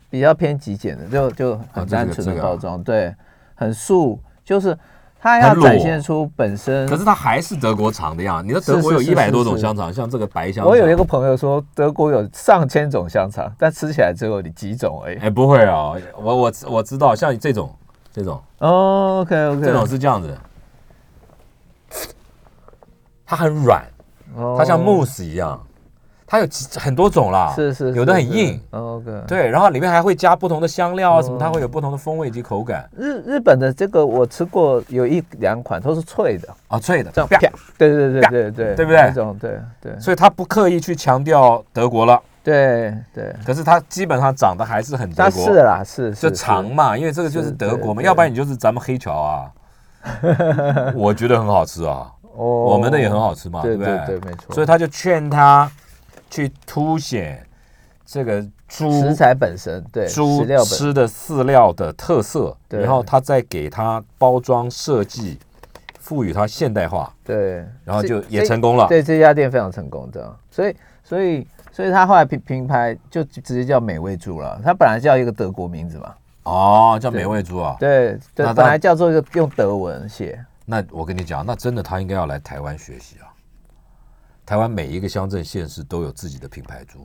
[SPEAKER 3] 比较偏极简的，就就
[SPEAKER 2] 啊这
[SPEAKER 3] 很
[SPEAKER 2] 个
[SPEAKER 3] 单纯
[SPEAKER 2] 这
[SPEAKER 3] 的
[SPEAKER 2] 个啊
[SPEAKER 3] 包装，对，很素，就是他要
[SPEAKER 2] 很裸
[SPEAKER 3] 展现出本身
[SPEAKER 2] 可。是它还是德国肠的样，你的德国有
[SPEAKER 3] 嗯是是
[SPEAKER 2] 一
[SPEAKER 3] 是
[SPEAKER 2] 百多
[SPEAKER 3] 是
[SPEAKER 2] 种
[SPEAKER 3] 是
[SPEAKER 2] 香肠，像这个白香肠，
[SPEAKER 3] 我有一个朋友说，德国有上千种香肠，但吃起来只有你几种而已
[SPEAKER 2] 哎、。不会啊，我我我知道，像这种这种
[SPEAKER 3] 哦，OK
[SPEAKER 2] 这种
[SPEAKER 3] OK，
[SPEAKER 2] 是这样子，它很软，
[SPEAKER 3] 它
[SPEAKER 2] 它像慕斯一样，它有几很多种啦，
[SPEAKER 3] 哦是是，
[SPEAKER 2] 有的
[SPEAKER 3] 是
[SPEAKER 2] 很硬，。
[SPEAKER 3] 是 OK，，
[SPEAKER 2] 对，然后里面还会加不同的香料啊什么，
[SPEAKER 3] 哦
[SPEAKER 2] 它会有不同的风味以及口感
[SPEAKER 3] 日日本的这个我吃过有一两款都是脆的，
[SPEAKER 2] 啊，脆的
[SPEAKER 3] 这样
[SPEAKER 2] 啪
[SPEAKER 3] 啪，对对对
[SPEAKER 2] 啪
[SPEAKER 3] 对对，
[SPEAKER 2] 对不对
[SPEAKER 3] 那种对对
[SPEAKER 2] 所以它不刻意去强调德国了，
[SPEAKER 3] 对对，
[SPEAKER 2] 可是它基本上长得还是很德
[SPEAKER 3] 它
[SPEAKER 2] 国，
[SPEAKER 3] 是啦是是
[SPEAKER 2] 就长嘛，因为这个就是
[SPEAKER 3] 是
[SPEAKER 2] 德国嘛，
[SPEAKER 3] 对
[SPEAKER 2] 要不然你就是咱们黑桥
[SPEAKER 3] [laughs]
[SPEAKER 2] 啊，我觉得很好吃啊，
[SPEAKER 3] 我
[SPEAKER 2] 我们的也很，好吃嘛，
[SPEAKER 3] 哦对
[SPEAKER 2] 不
[SPEAKER 3] 对对，没错，
[SPEAKER 2] 所以他就劝他去凸显这个猪
[SPEAKER 3] 食材本身对
[SPEAKER 2] 猪
[SPEAKER 3] 食料本
[SPEAKER 2] 吃的饲料的特色，
[SPEAKER 3] 对
[SPEAKER 2] 然后他再给它包装设计，赋予它现代化，
[SPEAKER 3] 对，
[SPEAKER 2] 然后
[SPEAKER 3] 这
[SPEAKER 2] 就也
[SPEAKER 3] 这
[SPEAKER 2] 成功了。
[SPEAKER 3] 对这家店非常成功，这样，所以所以所以他后来品品牌就直接叫美味猪了，他本来叫一个德国名字嘛，
[SPEAKER 2] 哦，叫美味猪啊。
[SPEAKER 3] 对对
[SPEAKER 2] 那，
[SPEAKER 3] 本
[SPEAKER 2] 他
[SPEAKER 3] 来叫做一个用德文写，
[SPEAKER 2] 那我跟你讲，那真的他应该要来台湾学习啊。台湾每一个乡镇县市都有自己的品牌猪，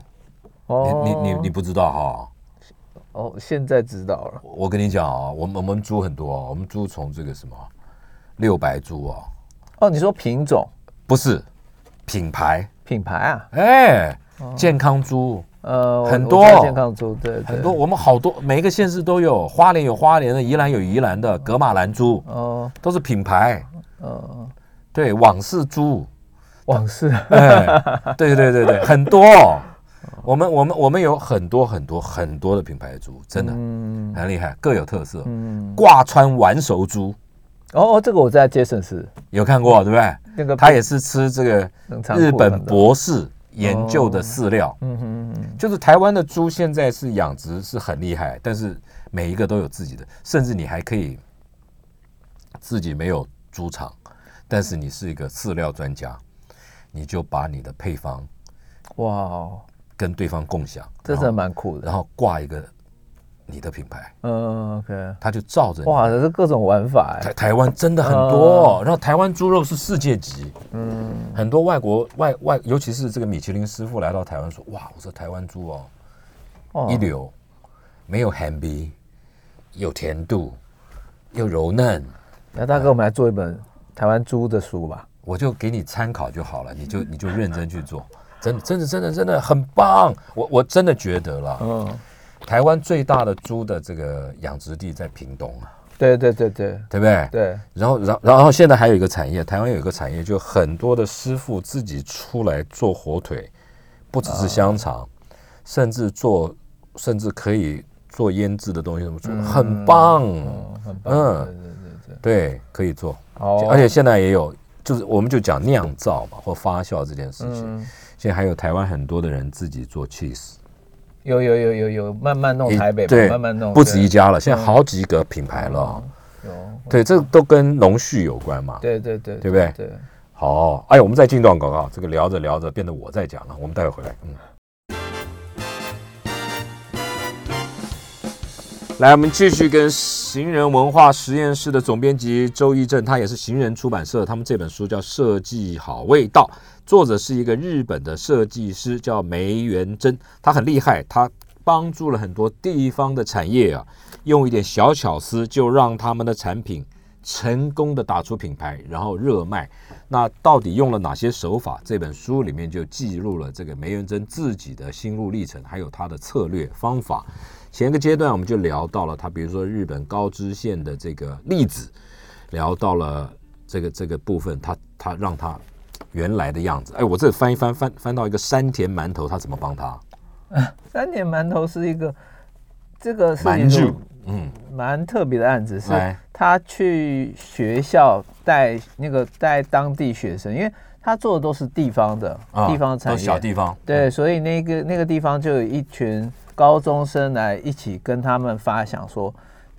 [SPEAKER 2] 你你你你不知道哈、
[SPEAKER 3] 哦，现在知道了，
[SPEAKER 2] 我我跟你讲啊，我们我们猪很多、啊，我们猪从这个什么六白猪啊，
[SPEAKER 3] 哦，你说品种
[SPEAKER 2] 不是品牌，
[SPEAKER 3] 品牌啊，
[SPEAKER 2] 哎，健康猪
[SPEAKER 3] 呃，我
[SPEAKER 2] 很
[SPEAKER 3] 我
[SPEAKER 2] 多
[SPEAKER 3] 知道健康猪，对对
[SPEAKER 2] 很多，我们好多每一个县市都有，花莲有花莲的，宜兰有宜兰的，格马兰猪
[SPEAKER 3] 哦，
[SPEAKER 2] 都是品牌，
[SPEAKER 3] 呃，
[SPEAKER 2] 对，往事
[SPEAKER 3] [laughs]
[SPEAKER 2] 猪，
[SPEAKER 3] 往事，
[SPEAKER 2] 哎，对对对对，很多，
[SPEAKER 3] 哦
[SPEAKER 2] 我们我们我们有很多很多很多的品牌猪，真的
[SPEAKER 3] 嗯
[SPEAKER 2] 很厉害，各有特色。
[SPEAKER 3] 嗯，
[SPEAKER 2] 挂川丸熟猪
[SPEAKER 3] 哦哦，这个我在杰森市
[SPEAKER 2] 有看过对不对？
[SPEAKER 3] 那个
[SPEAKER 2] 它也是吃这个
[SPEAKER 3] 冷嗯藏库
[SPEAKER 2] 日本
[SPEAKER 3] 看到，
[SPEAKER 2] 博士研究的饲料，
[SPEAKER 3] 嗯哼嗯哼，
[SPEAKER 2] 就是台湾的猪现在是养殖是很厉害，但是每一个都有自己的，甚至你还可以自己没有猪场，但是你是一个饲料专家，你就把你的配方
[SPEAKER 3] 哇哦，
[SPEAKER 2] 跟对方共享，
[SPEAKER 3] 这
[SPEAKER 2] 然
[SPEAKER 3] 真
[SPEAKER 2] 后
[SPEAKER 3] 的蛮酷的
[SPEAKER 2] 然，后挂一个你的品牌，
[SPEAKER 3] 嗯，OK。
[SPEAKER 2] 他就照着你。
[SPEAKER 3] 哇，这是各种玩法哎
[SPEAKER 2] 台！台湾真的很多，然后台湾猪肉是世界级，嗯，很多外国外外，尤其是这个米其林师傅来到台湾说，哇，我说台湾猪哦，
[SPEAKER 3] 哦
[SPEAKER 2] 一流，没有寒鼻，有甜度，又柔嫩，
[SPEAKER 3] 那大哥，我们来做一本台湾猪的书吧。
[SPEAKER 2] 我就给你参考就好了，你就你就认真去做，真的真的真的真的很棒，我我真的觉得了，
[SPEAKER 3] 嗯，
[SPEAKER 2] 台湾最大的猪的这个养殖地在屏东啊，
[SPEAKER 3] 对对对对
[SPEAKER 2] 对不对？
[SPEAKER 3] 对，
[SPEAKER 2] 然后，然后然后现在还有一个产业，台湾有一个产业，就很多的师傅自己出来做火腿，不只是香肠，
[SPEAKER 3] 啊
[SPEAKER 2] 甚至做，甚至可以做腌制的东西，什么做，很棒，
[SPEAKER 3] 嗯，很棒。
[SPEAKER 2] 嗯
[SPEAKER 3] 对对对对，
[SPEAKER 2] 对，可以做，
[SPEAKER 3] 哦，
[SPEAKER 2] 而且现在也有，就是我们就讲酿造嘛，或发酵这件事情，
[SPEAKER 3] 嗯，
[SPEAKER 2] 现在还有台湾很多的人自己做 cheese，
[SPEAKER 3] 有有有有有，慢慢弄
[SPEAKER 2] 一
[SPEAKER 3] 台北吧
[SPEAKER 2] 对，，
[SPEAKER 3] 慢慢弄，
[SPEAKER 2] 不止一
[SPEAKER 3] 哦对
[SPEAKER 2] 家了，现在好几个品牌了，
[SPEAKER 3] 有，
[SPEAKER 2] 对，这都跟农序有关嘛，
[SPEAKER 3] 对对对，
[SPEAKER 2] 对不对
[SPEAKER 3] 对。
[SPEAKER 2] 好，哎，我们再进一段广告，这个聊着聊着变得我在讲了，我们待会回来。嗯，来，我们继续跟行人文化实验室的总编辑周一正，他也是行人出版社，他们这本书叫《设计好味道》，作者是一个日本的设计师，叫梅元真，他很厉害，他帮助了很多地方的产业啊，用一点小巧思就让他们的产品成功的打出品牌，然后热卖。那到底用了哪些手法？这本书里面就记录了这个梅元珍自己的心路历程，还有他的策略方法。前一个阶段我们就聊到了他，比如说日本高知县的这个例子，聊到了这个这个部分，他他让他原来的样子。哎，我这翻一翻翻翻到一个山田馒头，他怎么帮他？
[SPEAKER 3] 三点馒头是一个，这个是
[SPEAKER 2] 蛮
[SPEAKER 3] 一
[SPEAKER 2] 住
[SPEAKER 3] 个
[SPEAKER 2] 嗯，
[SPEAKER 3] 蛮特别的案子，是
[SPEAKER 2] 来
[SPEAKER 3] 他去学校带那个带当地学生，因为他做的都是地方的
[SPEAKER 2] 啊
[SPEAKER 3] 地方产
[SPEAKER 2] 都
[SPEAKER 3] 业，
[SPEAKER 2] 是小地方，
[SPEAKER 3] 对，所以那个那个地方就有一群高中生来一起跟他们发想说，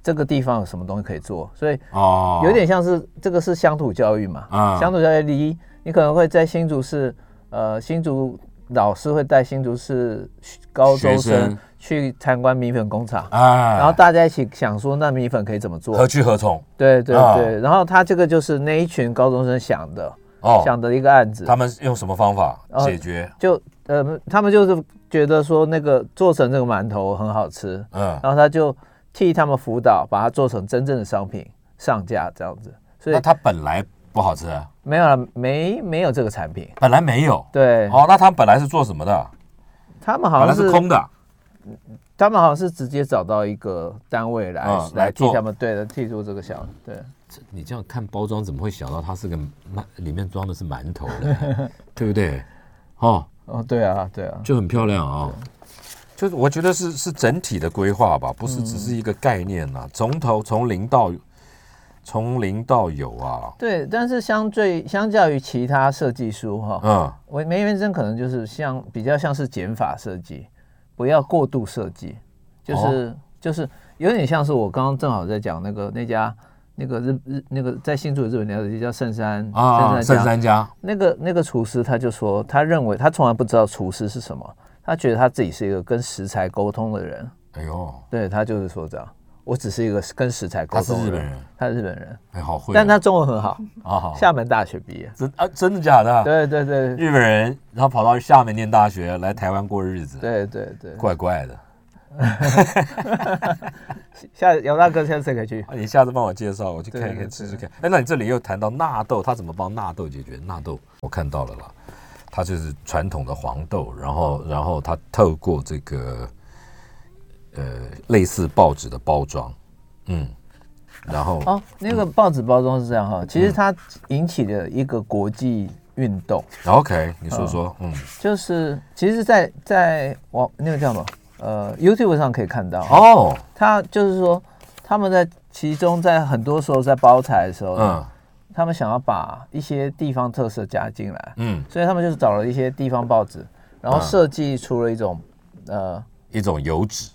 [SPEAKER 3] 这个地方有什么东西可以做，所以
[SPEAKER 2] 哦，
[SPEAKER 3] 有点像是这个是乡土教育嘛，
[SPEAKER 2] 啊
[SPEAKER 3] 乡土教育离你可能会在新竹市，呃，新竹老师会带新竹市高
[SPEAKER 2] 学
[SPEAKER 3] 中
[SPEAKER 2] 生
[SPEAKER 3] 生去参观米粉工厂。
[SPEAKER 2] 哎，
[SPEAKER 3] 然后大家一起想说，那米粉可以怎么做？
[SPEAKER 2] 何去何从？
[SPEAKER 3] 对对
[SPEAKER 2] 啊
[SPEAKER 3] 对，然后他这个就是那一群高中生想的、
[SPEAKER 2] 哦，
[SPEAKER 3] 想的一个案子，
[SPEAKER 2] 他们用什么方法
[SPEAKER 3] 哦
[SPEAKER 2] 解决？
[SPEAKER 3] 就呃他们就是觉得说那个做成这个馒头很好吃，
[SPEAKER 2] 嗯，
[SPEAKER 3] 然后他就替他们辅导，把它做成真正的商品上架这样子，所以
[SPEAKER 2] 那它本来不好吃啊，
[SPEAKER 3] 没有了没没有这个产品，
[SPEAKER 2] 本来没有。哦
[SPEAKER 3] 对，
[SPEAKER 2] 哦，那他们本来是做什么的？
[SPEAKER 3] 他们
[SPEAKER 2] 本
[SPEAKER 3] 好
[SPEAKER 2] 来
[SPEAKER 3] 像
[SPEAKER 2] 是
[SPEAKER 3] 是
[SPEAKER 2] 空的，
[SPEAKER 3] 他们好像是直接找到一个单位来、
[SPEAKER 2] 嗯来
[SPEAKER 3] 来替
[SPEAKER 2] 做
[SPEAKER 3] 他们对的替做这个小对。
[SPEAKER 6] 你这样看包装，怎么会想到它是个馒，里面装的是馒头
[SPEAKER 2] [laughs]
[SPEAKER 6] 呢？对不对？哦，
[SPEAKER 3] 哦，对啊，对啊，
[SPEAKER 6] 就很漂亮啊、
[SPEAKER 2] 就是我觉得是是整体的规划吧，
[SPEAKER 6] 嗯
[SPEAKER 2] 不是只是一个概念呐、从头从零到从零到有啊，
[SPEAKER 3] 对。但是相对相较于其他设计书哈，
[SPEAKER 2] 嗯，
[SPEAKER 3] 我梅园真可能就是像比较像是减法设计，不要过度设计，就是、
[SPEAKER 2] 哦
[SPEAKER 3] 就是有点像是我刚刚正好在讲那个那家那个日日那个在新竹的日本料理店叫圣山
[SPEAKER 2] 啊，
[SPEAKER 3] 圣
[SPEAKER 2] 圣
[SPEAKER 3] 山家
[SPEAKER 2] 三家，
[SPEAKER 3] 那个那个厨师他就说，他认为他从来不知道厨师是什么，他觉得他自己是一个跟食材沟通的人，
[SPEAKER 2] 哎呦，
[SPEAKER 3] 对他就是说这样，我只是一个跟食材沟
[SPEAKER 2] 他是
[SPEAKER 3] 通
[SPEAKER 2] 日
[SPEAKER 3] 的
[SPEAKER 2] 本人，
[SPEAKER 3] 他是日本人，
[SPEAKER 2] 哎，好会啊，
[SPEAKER 3] 但他中文很好，
[SPEAKER 2] 啊好，
[SPEAKER 3] 厦门大学毕业，
[SPEAKER 2] 真啊真的假的？
[SPEAKER 3] 对对对
[SPEAKER 2] 日本人，然后跑到厦门念大学，来台湾过日子，
[SPEAKER 3] 对对对，
[SPEAKER 2] 怪怪的。
[SPEAKER 3] 下姚大哥下次可以去。
[SPEAKER 2] 啊你下次帮我介绍，我去看一
[SPEAKER 3] 对
[SPEAKER 2] 看，
[SPEAKER 3] 对
[SPEAKER 2] 试试看。哎，那你这里又谈到纳豆，他怎么帮纳豆解决？纳豆我看到了啦，它就是传统的黄豆，然后然后它透过这个呃类似报纸的包装，嗯，然后
[SPEAKER 3] 哦，那个报纸包装是这样哈，
[SPEAKER 2] 嗯
[SPEAKER 3] 其实它引起的一个国际运动，
[SPEAKER 2] OK，你说说，
[SPEAKER 3] 哦
[SPEAKER 2] 嗯，
[SPEAKER 3] 就是其实在，在网那个叫什么呃 YouTube 上可以看到，
[SPEAKER 2] 哦，
[SPEAKER 3] 他就是说他们在其中在很多时候在包材的时候，
[SPEAKER 2] 嗯
[SPEAKER 3] 他们想要把一些地方特色加进来，
[SPEAKER 2] 嗯，
[SPEAKER 3] 所以他们就是找了一些地方报纸，然后
[SPEAKER 2] 嗯
[SPEAKER 3] 设计出了一种、呃
[SPEAKER 2] 一种油脂，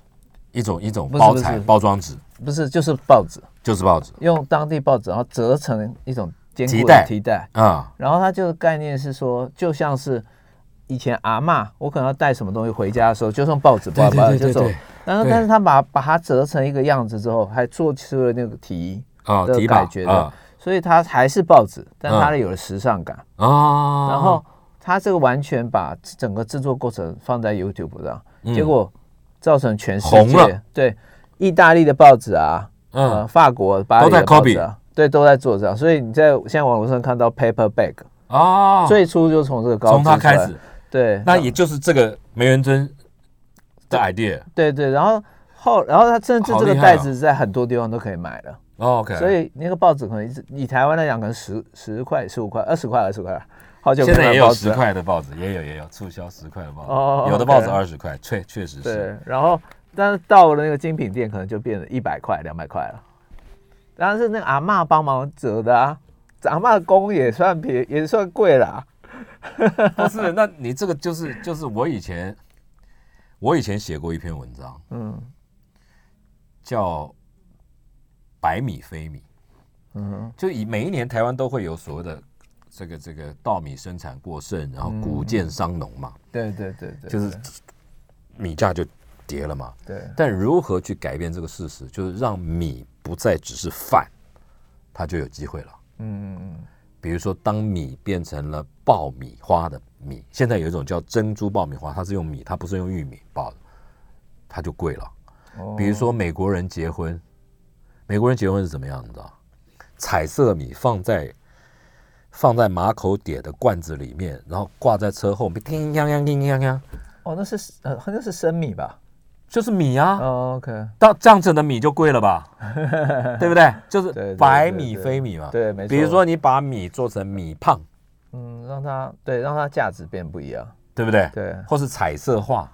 [SPEAKER 2] 一种一种
[SPEAKER 3] 不是
[SPEAKER 2] 包
[SPEAKER 3] 不
[SPEAKER 2] 材
[SPEAKER 3] 是
[SPEAKER 2] 包装纸，
[SPEAKER 3] 不是就是报纸，
[SPEAKER 2] 就是报纸
[SPEAKER 3] 用当地报纸然后折成一种坚
[SPEAKER 2] 提
[SPEAKER 3] 固
[SPEAKER 2] 袋
[SPEAKER 3] 的提袋，
[SPEAKER 2] 啊，
[SPEAKER 3] 然后它就概念是说，就像是以前阿嬷，我可能要带什么东西回家的时候，就用报纸包一包
[SPEAKER 2] 对对对
[SPEAKER 3] 就
[SPEAKER 2] 对
[SPEAKER 3] 走
[SPEAKER 2] 对。
[SPEAKER 3] 然后，
[SPEAKER 2] 对
[SPEAKER 3] 但是他把把它折成一个样子之后，还做出了那个题，
[SPEAKER 2] 啊，
[SPEAKER 3] 这个
[SPEAKER 2] 提拔
[SPEAKER 3] 感觉的
[SPEAKER 2] 啊
[SPEAKER 3] 所以它还是报纸，但
[SPEAKER 2] 嗯
[SPEAKER 3] 它有了时尚感。
[SPEAKER 2] 啊，
[SPEAKER 3] 然后它这个完全把整个制作过程放在 YouTube 上，
[SPEAKER 2] 嗯
[SPEAKER 3] 结果造成全世
[SPEAKER 2] 红
[SPEAKER 3] 界
[SPEAKER 2] 了
[SPEAKER 3] 对意大利的报纸啊，呃，
[SPEAKER 2] 嗯
[SPEAKER 3] 法国巴黎
[SPEAKER 2] 都在
[SPEAKER 3] 的报纸啊，对，都在做这样。所以你在现在网络上看到 paper bag，
[SPEAKER 2] 啊，
[SPEAKER 3] 最初就从这个高
[SPEAKER 2] 从它
[SPEAKER 3] 枝出来
[SPEAKER 2] 开始。。
[SPEAKER 3] 对，
[SPEAKER 2] 那也就是这个梅元珍的 idea。
[SPEAKER 3] 对对，然后后，然后它甚至
[SPEAKER 2] 好
[SPEAKER 3] 这个
[SPEAKER 2] 厉害
[SPEAKER 3] 袋
[SPEAKER 2] 哦
[SPEAKER 3] 子在很多地方都可以买了，
[SPEAKER 2] 哦 OK，
[SPEAKER 3] 所以那个报纸可能一直以台湾来讲，可能十十块、十五块、二十块、二十块，好久没
[SPEAKER 2] 现在
[SPEAKER 3] 买
[SPEAKER 2] 也
[SPEAKER 3] 报
[SPEAKER 2] 有
[SPEAKER 3] 纸
[SPEAKER 2] 十
[SPEAKER 3] 了。
[SPEAKER 2] 块的报纸，也有也有促销十块的报纸，
[SPEAKER 3] 哦
[SPEAKER 2] 有的报纸
[SPEAKER 3] OK
[SPEAKER 2] 二十块，确确实是。
[SPEAKER 3] 对，然后但是到了那个精品店，可能就变成一百块、两百块了。当然是那个阿嬷帮忙折的啊，阿嬷的工也算便也算贵啦。
[SPEAKER 2] 不是，那你这个就是就是我以前我以前写过一篇文章
[SPEAKER 3] 嗯
[SPEAKER 2] 叫《百米非米》，
[SPEAKER 3] 嗯哼，
[SPEAKER 2] 就以每一年台湾都会有所谓的这个这个稻米生产过剩，然后谷贱伤农嘛，
[SPEAKER 3] 对对嗯对对，
[SPEAKER 2] 就是米价就跌了嘛。
[SPEAKER 3] 对
[SPEAKER 2] 但如何去改变这个事实，就是让米不再只是饭，它就有机会了。
[SPEAKER 3] 嗯嗯嗯，
[SPEAKER 2] 比如说，当米变成了爆米花的米，现在有一种叫珍珠爆米花，它是用米，它不是用玉米爆的，它就贵了。
[SPEAKER 3] 哦
[SPEAKER 2] 比如说美国人结婚，美国人结婚是怎么样？你知道？彩色米放在放在马口瘪的罐子里面，然后挂在车后面，叮当当叮当当，
[SPEAKER 3] 哦那是呃那是生米吧、
[SPEAKER 2] 就是米啊。
[SPEAKER 3] 哦、？OK，
[SPEAKER 2] 到这样子的米就贵了
[SPEAKER 3] [laughs]
[SPEAKER 2] 吧，对不对？就
[SPEAKER 3] 对
[SPEAKER 2] 是
[SPEAKER 3] 对
[SPEAKER 2] 百
[SPEAKER 3] 对
[SPEAKER 2] 米
[SPEAKER 3] 对
[SPEAKER 2] 非米嘛。
[SPEAKER 3] 对没错
[SPEAKER 2] 比如说你把米做成米胖，
[SPEAKER 3] 嗯，让它对让它价值变不一样。
[SPEAKER 2] 对不对？
[SPEAKER 3] 对
[SPEAKER 2] 或是彩色化，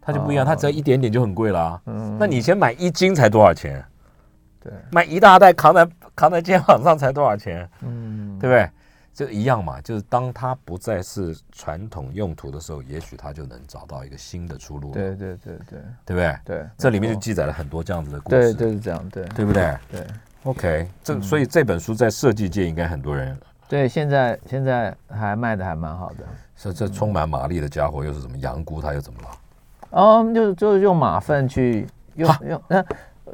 [SPEAKER 2] 它就不一样，
[SPEAKER 3] 哦
[SPEAKER 2] 它只要一点点就很贵了啊。
[SPEAKER 3] 嗯
[SPEAKER 2] 那你以前买一斤才多少钱？
[SPEAKER 3] 对，
[SPEAKER 2] 买一大袋扛在扛在肩膀上才多少钱？
[SPEAKER 3] 嗯，
[SPEAKER 2] 对不对？就一样嘛，就是当它不再是传统用途的时候，也许它就能找到一个新的出路了，
[SPEAKER 3] 对对对对
[SPEAKER 2] 对不对？
[SPEAKER 3] 对，
[SPEAKER 2] 这里面就
[SPEAKER 3] 没错
[SPEAKER 2] 记载了很多这样子的故
[SPEAKER 3] 对
[SPEAKER 2] 事，
[SPEAKER 3] 对是这样，对
[SPEAKER 2] 对不对？
[SPEAKER 3] 对嗯
[SPEAKER 2] OK，这所以这本书在设计界应该很多人
[SPEAKER 3] 对，现在现在还卖的还蛮好的。
[SPEAKER 2] 说这充满马力的家伙又是怎么羊菇，他又怎么了？
[SPEAKER 3] 哦，就就是用马粪去用
[SPEAKER 2] 哈
[SPEAKER 3] 用，那、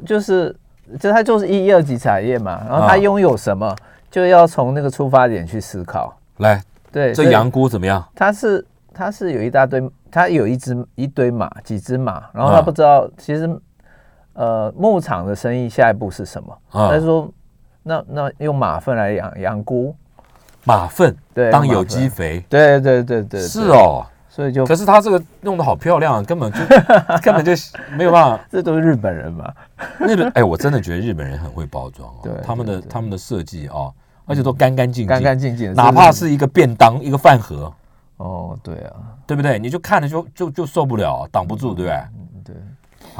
[SPEAKER 3] 就是就它就是一二级产业嘛，然后
[SPEAKER 2] 啊
[SPEAKER 3] 它拥有什么，就要从那个出发点去思考。
[SPEAKER 2] 来，
[SPEAKER 3] 对，所
[SPEAKER 2] 这
[SPEAKER 3] 以
[SPEAKER 2] 羊菇怎么样？
[SPEAKER 3] 它是它是有一大堆，它有一只一堆马，几只马，然后它
[SPEAKER 2] 啊
[SPEAKER 3] 不知道、其实呃牧场的生意下一步是什么，
[SPEAKER 2] 啊
[SPEAKER 3] 他、说那那用马粪来养养菇，
[SPEAKER 2] 马粪
[SPEAKER 3] 对
[SPEAKER 2] 当
[SPEAKER 3] 马
[SPEAKER 2] 有
[SPEAKER 3] 粪
[SPEAKER 2] 机肥，
[SPEAKER 3] 对对对对，
[SPEAKER 2] 是哦，
[SPEAKER 3] 所以就
[SPEAKER 2] 可是他这个弄得好漂亮，啊根本
[SPEAKER 3] [laughs]
[SPEAKER 2] 就根本就没有办法。
[SPEAKER 3] 这都是日本人嘛。
[SPEAKER 2] 日本哎，我真的觉得日本人很会包装
[SPEAKER 3] 对
[SPEAKER 2] 哦，他们的
[SPEAKER 3] 对对嗯
[SPEAKER 2] 他们的设计哦，而且都干干净净，
[SPEAKER 3] 干干净净的
[SPEAKER 2] 哪怕是一个便当一个饭盒，
[SPEAKER 3] 哦，对啊，
[SPEAKER 2] 对不对？你就看着就就就受不了，挡不
[SPEAKER 3] 嗯
[SPEAKER 2] 住，对不对？
[SPEAKER 3] 对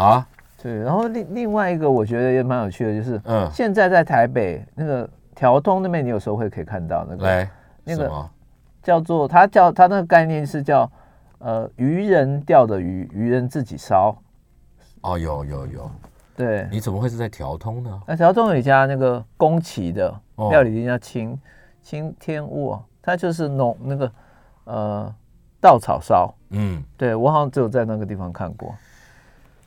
[SPEAKER 2] 啊，
[SPEAKER 3] 对。然后另另外一个我觉得也蛮有趣的，就是
[SPEAKER 2] 嗯
[SPEAKER 3] 现在在台北那个条通那边，你有时候会可以看到那个
[SPEAKER 2] 来，
[SPEAKER 3] 那个
[SPEAKER 2] 什么？
[SPEAKER 3] 叫做它叫它那个概念是叫呃渔人钓的鱼，渔人自己烧。
[SPEAKER 2] 哦，有有有，
[SPEAKER 3] 对，
[SPEAKER 2] 你怎么会是在调通呢？
[SPEAKER 3] 那条通有一家那个宫崎的
[SPEAKER 2] 哦
[SPEAKER 3] 料理店叫青青天屋哦，它就是弄那个呃稻草烧。
[SPEAKER 2] 嗯，
[SPEAKER 3] 对我好像只有在那个地方看过。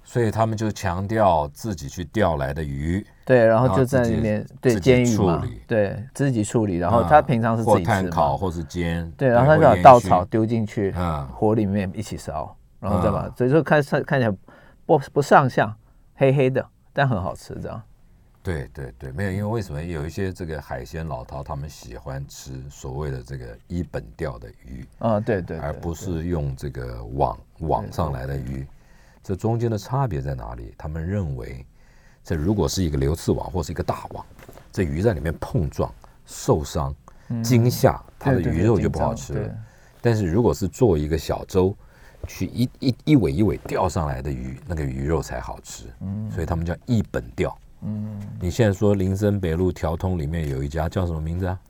[SPEAKER 2] 所以他们就强调自己去钓来的鱼，
[SPEAKER 3] 对，然后
[SPEAKER 2] 然后
[SPEAKER 3] 就
[SPEAKER 2] 自
[SPEAKER 3] 在
[SPEAKER 2] 己
[SPEAKER 3] 那边
[SPEAKER 2] 自
[SPEAKER 3] 对
[SPEAKER 2] 己
[SPEAKER 3] 监狱
[SPEAKER 2] 处
[SPEAKER 3] 嘛
[SPEAKER 2] 理，
[SPEAKER 3] 对，自己处理。然后
[SPEAKER 2] 嗯
[SPEAKER 3] 他平常是自
[SPEAKER 2] 或
[SPEAKER 3] 己
[SPEAKER 2] 炭
[SPEAKER 3] 吃
[SPEAKER 2] 烤
[SPEAKER 3] 嘛，
[SPEAKER 2] 或是煎，
[SPEAKER 3] 对，然后他就
[SPEAKER 2] 或
[SPEAKER 3] 把
[SPEAKER 2] 烟
[SPEAKER 3] 稻
[SPEAKER 2] 熏
[SPEAKER 3] 草丢进去
[SPEAKER 2] 嗯
[SPEAKER 3] 火里面一起烧，然后再把
[SPEAKER 2] 嗯，
[SPEAKER 3] 所以说看上看起来不不上相，黑黑的，但很好吃这样。
[SPEAKER 2] 对对对，没有，因为为什么有一些这个海鲜老饕他们喜欢吃所谓的这个一本钓的鱼，
[SPEAKER 3] 啊，对对，
[SPEAKER 2] 而
[SPEAKER 3] 对
[SPEAKER 2] 不是用这个网网上来的鱼，这中间的差别在哪里？他们认为，这如果是一个流刺网或是一个大网，这鱼在里面碰撞、受伤、惊吓，它的
[SPEAKER 3] 嗯对对
[SPEAKER 2] 鱼
[SPEAKER 3] 对
[SPEAKER 2] 肉
[SPEAKER 3] 紧
[SPEAKER 2] 就不好
[SPEAKER 3] 张
[SPEAKER 2] 吃
[SPEAKER 3] 对
[SPEAKER 2] 了。但是如果是做一个小舟，去一一一尾一尾钓上来的鱼，那个鱼肉才好吃。
[SPEAKER 3] 嗯
[SPEAKER 2] 所以他们叫一本钓。你现在说林森北路调通里面有一家叫什么名字啊？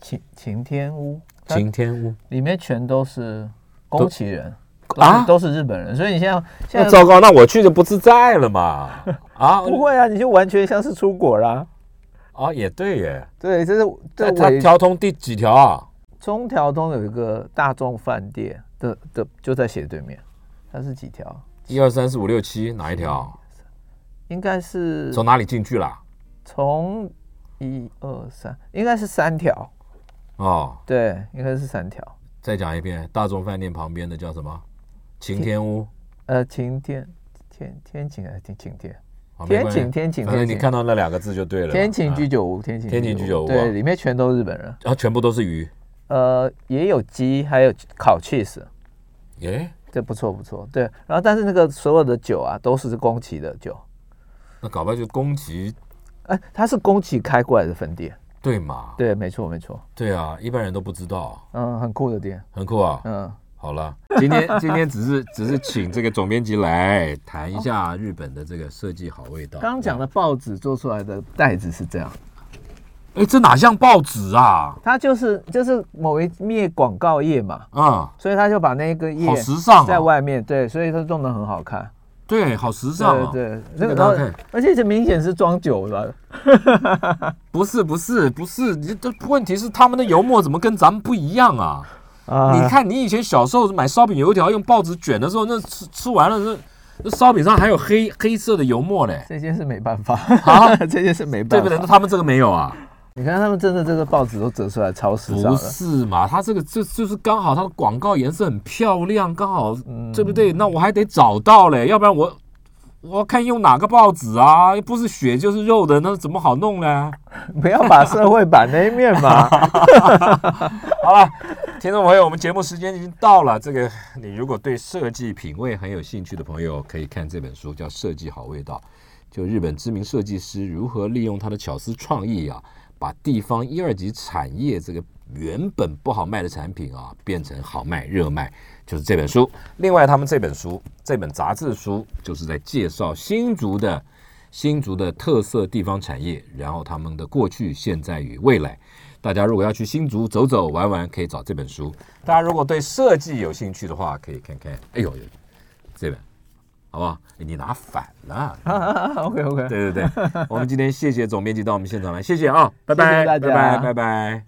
[SPEAKER 3] 晴晴天屋，它
[SPEAKER 2] 晴天屋。
[SPEAKER 3] 里面全都是宫崎人
[SPEAKER 2] 啊
[SPEAKER 3] 啊，都是日本人，所以你现在
[SPEAKER 2] 那
[SPEAKER 3] 现在
[SPEAKER 2] 糟糕，那我去就不自在了嘛！啊，
[SPEAKER 3] 不会啊，你就完全像是出国啦。
[SPEAKER 2] 啊，也对耶。
[SPEAKER 3] 对，这是
[SPEAKER 2] 那
[SPEAKER 3] 这
[SPEAKER 2] 他
[SPEAKER 3] 伪
[SPEAKER 2] 调通第几条啊？
[SPEAKER 3] 中条东有一个大众饭店的的就在斜对面，它是几条？
[SPEAKER 2] 一二三四五六七，哪一条？
[SPEAKER 3] 应该是
[SPEAKER 2] 从哪里进去啦？
[SPEAKER 3] 从一二三，应该是三条，
[SPEAKER 2] 哦，
[SPEAKER 3] 对，应该是三条。
[SPEAKER 2] 再讲一遍，大众饭店旁边的叫什么？晴天屋。
[SPEAKER 3] 呃，晴天天天晴还是天晴天
[SPEAKER 2] 啊
[SPEAKER 3] 天
[SPEAKER 2] 没关系
[SPEAKER 3] 晴天晴
[SPEAKER 2] 反正
[SPEAKER 3] 天
[SPEAKER 2] 你
[SPEAKER 3] 晴
[SPEAKER 2] 看到那两个字就对了嘛。
[SPEAKER 3] 天晴
[SPEAKER 2] 啊
[SPEAKER 3] 居酒屋，天晴
[SPEAKER 2] 天晴居酒屋啊
[SPEAKER 3] 对，里面全都是日本人。
[SPEAKER 2] 然后哎啊全部都是鱼。
[SPEAKER 3] 呃，也有鸡，还有烤 cheese，
[SPEAKER 2] 耶，
[SPEAKER 3] 这不错不错。对，然后但是那个所有的酒啊，都是宫崎的酒，
[SPEAKER 2] 那搞不好就宫崎
[SPEAKER 3] 哎、它是宫崎开过来的分
[SPEAKER 2] [laughs]
[SPEAKER 3] 店。
[SPEAKER 2] 对嘛？
[SPEAKER 3] 对，没错没错，
[SPEAKER 2] 对啊，一般人都不知道，
[SPEAKER 3] 嗯，很酷的店，
[SPEAKER 2] 很酷啊。
[SPEAKER 3] 嗯。
[SPEAKER 2] 好了，今天今天只是只是请这个总编辑来谈一下日本的这个设计好味道。
[SPEAKER 3] 刚讲的报纸做出来的袋子是这样，
[SPEAKER 2] 哎，这哪像报纸啊？
[SPEAKER 3] 它就是就是某一面广告页嘛，
[SPEAKER 2] 啊、
[SPEAKER 3] 所以他就把那个页
[SPEAKER 2] 好时尚啊
[SPEAKER 3] 在外面，对，所以它弄得很好看。
[SPEAKER 2] 对，好时尚、啊
[SPEAKER 3] 对。对，
[SPEAKER 2] 这
[SPEAKER 3] 那
[SPEAKER 2] 个
[SPEAKER 3] 个
[SPEAKER 2] 大家
[SPEAKER 3] 然
[SPEAKER 2] 看
[SPEAKER 3] 后而且这明显是装酒的，
[SPEAKER 2] 不是不是不是，你这问题是他们的油墨怎么跟咱们不一样啊？
[SPEAKER 3] 啊
[SPEAKER 2] 你看你以前小时候买烧饼油条用报纸卷的时候，那吃吃完了那那烧饼上还有黑黑色的油墨嘞，
[SPEAKER 3] 这件事没办法
[SPEAKER 2] 啊
[SPEAKER 3] [laughs] 这件事没
[SPEAKER 2] 对
[SPEAKER 3] 办
[SPEAKER 2] 不对？那
[SPEAKER 3] 法。
[SPEAKER 2] 他们这个没有啊？
[SPEAKER 3] 你看他们真的这个报纸都折出来超时尚
[SPEAKER 2] 不
[SPEAKER 3] 了，
[SPEAKER 2] 是嘛？它这个就就是刚好它的广告颜色很漂亮，刚好、对不对？那我还得找到嘞，要不然我我看用哪个报纸啊？又不是血就是肉的，那怎么好弄呢？
[SPEAKER 3] 不要把社会版那一面
[SPEAKER 2] [laughs]
[SPEAKER 3] 嘛。 [laughs]
[SPEAKER 2] 好了，听众朋友，我们节目时间已经到了。这个你如果对设计品味很有兴趣的朋友，可以看这本书，叫《设计好味道》，就日本知名设计师如何利用他的巧思创意啊，把地方一二级产业这个原本不好卖的产品啊，变成好卖、热卖，就是这本书。另外，他们这本书、这本杂志书，就是在介绍新竹的。新竹的特色地方产业，然后他们的过去、现在与未来，大家如果要去新竹走走玩玩，可以找这本书。大家如果对设计有兴趣的话，可以看看。哎呦，这本，好不好？哎你拿反了。
[SPEAKER 3] OK OK，
[SPEAKER 2] [laughs]
[SPEAKER 3] [laughs]
[SPEAKER 2] 对对对，我们今天谢谢总编辑到我们现场来，谢谢啊，拜
[SPEAKER 3] 谢
[SPEAKER 2] 拜，
[SPEAKER 3] 谢大家
[SPEAKER 2] 拜拜，拜拜。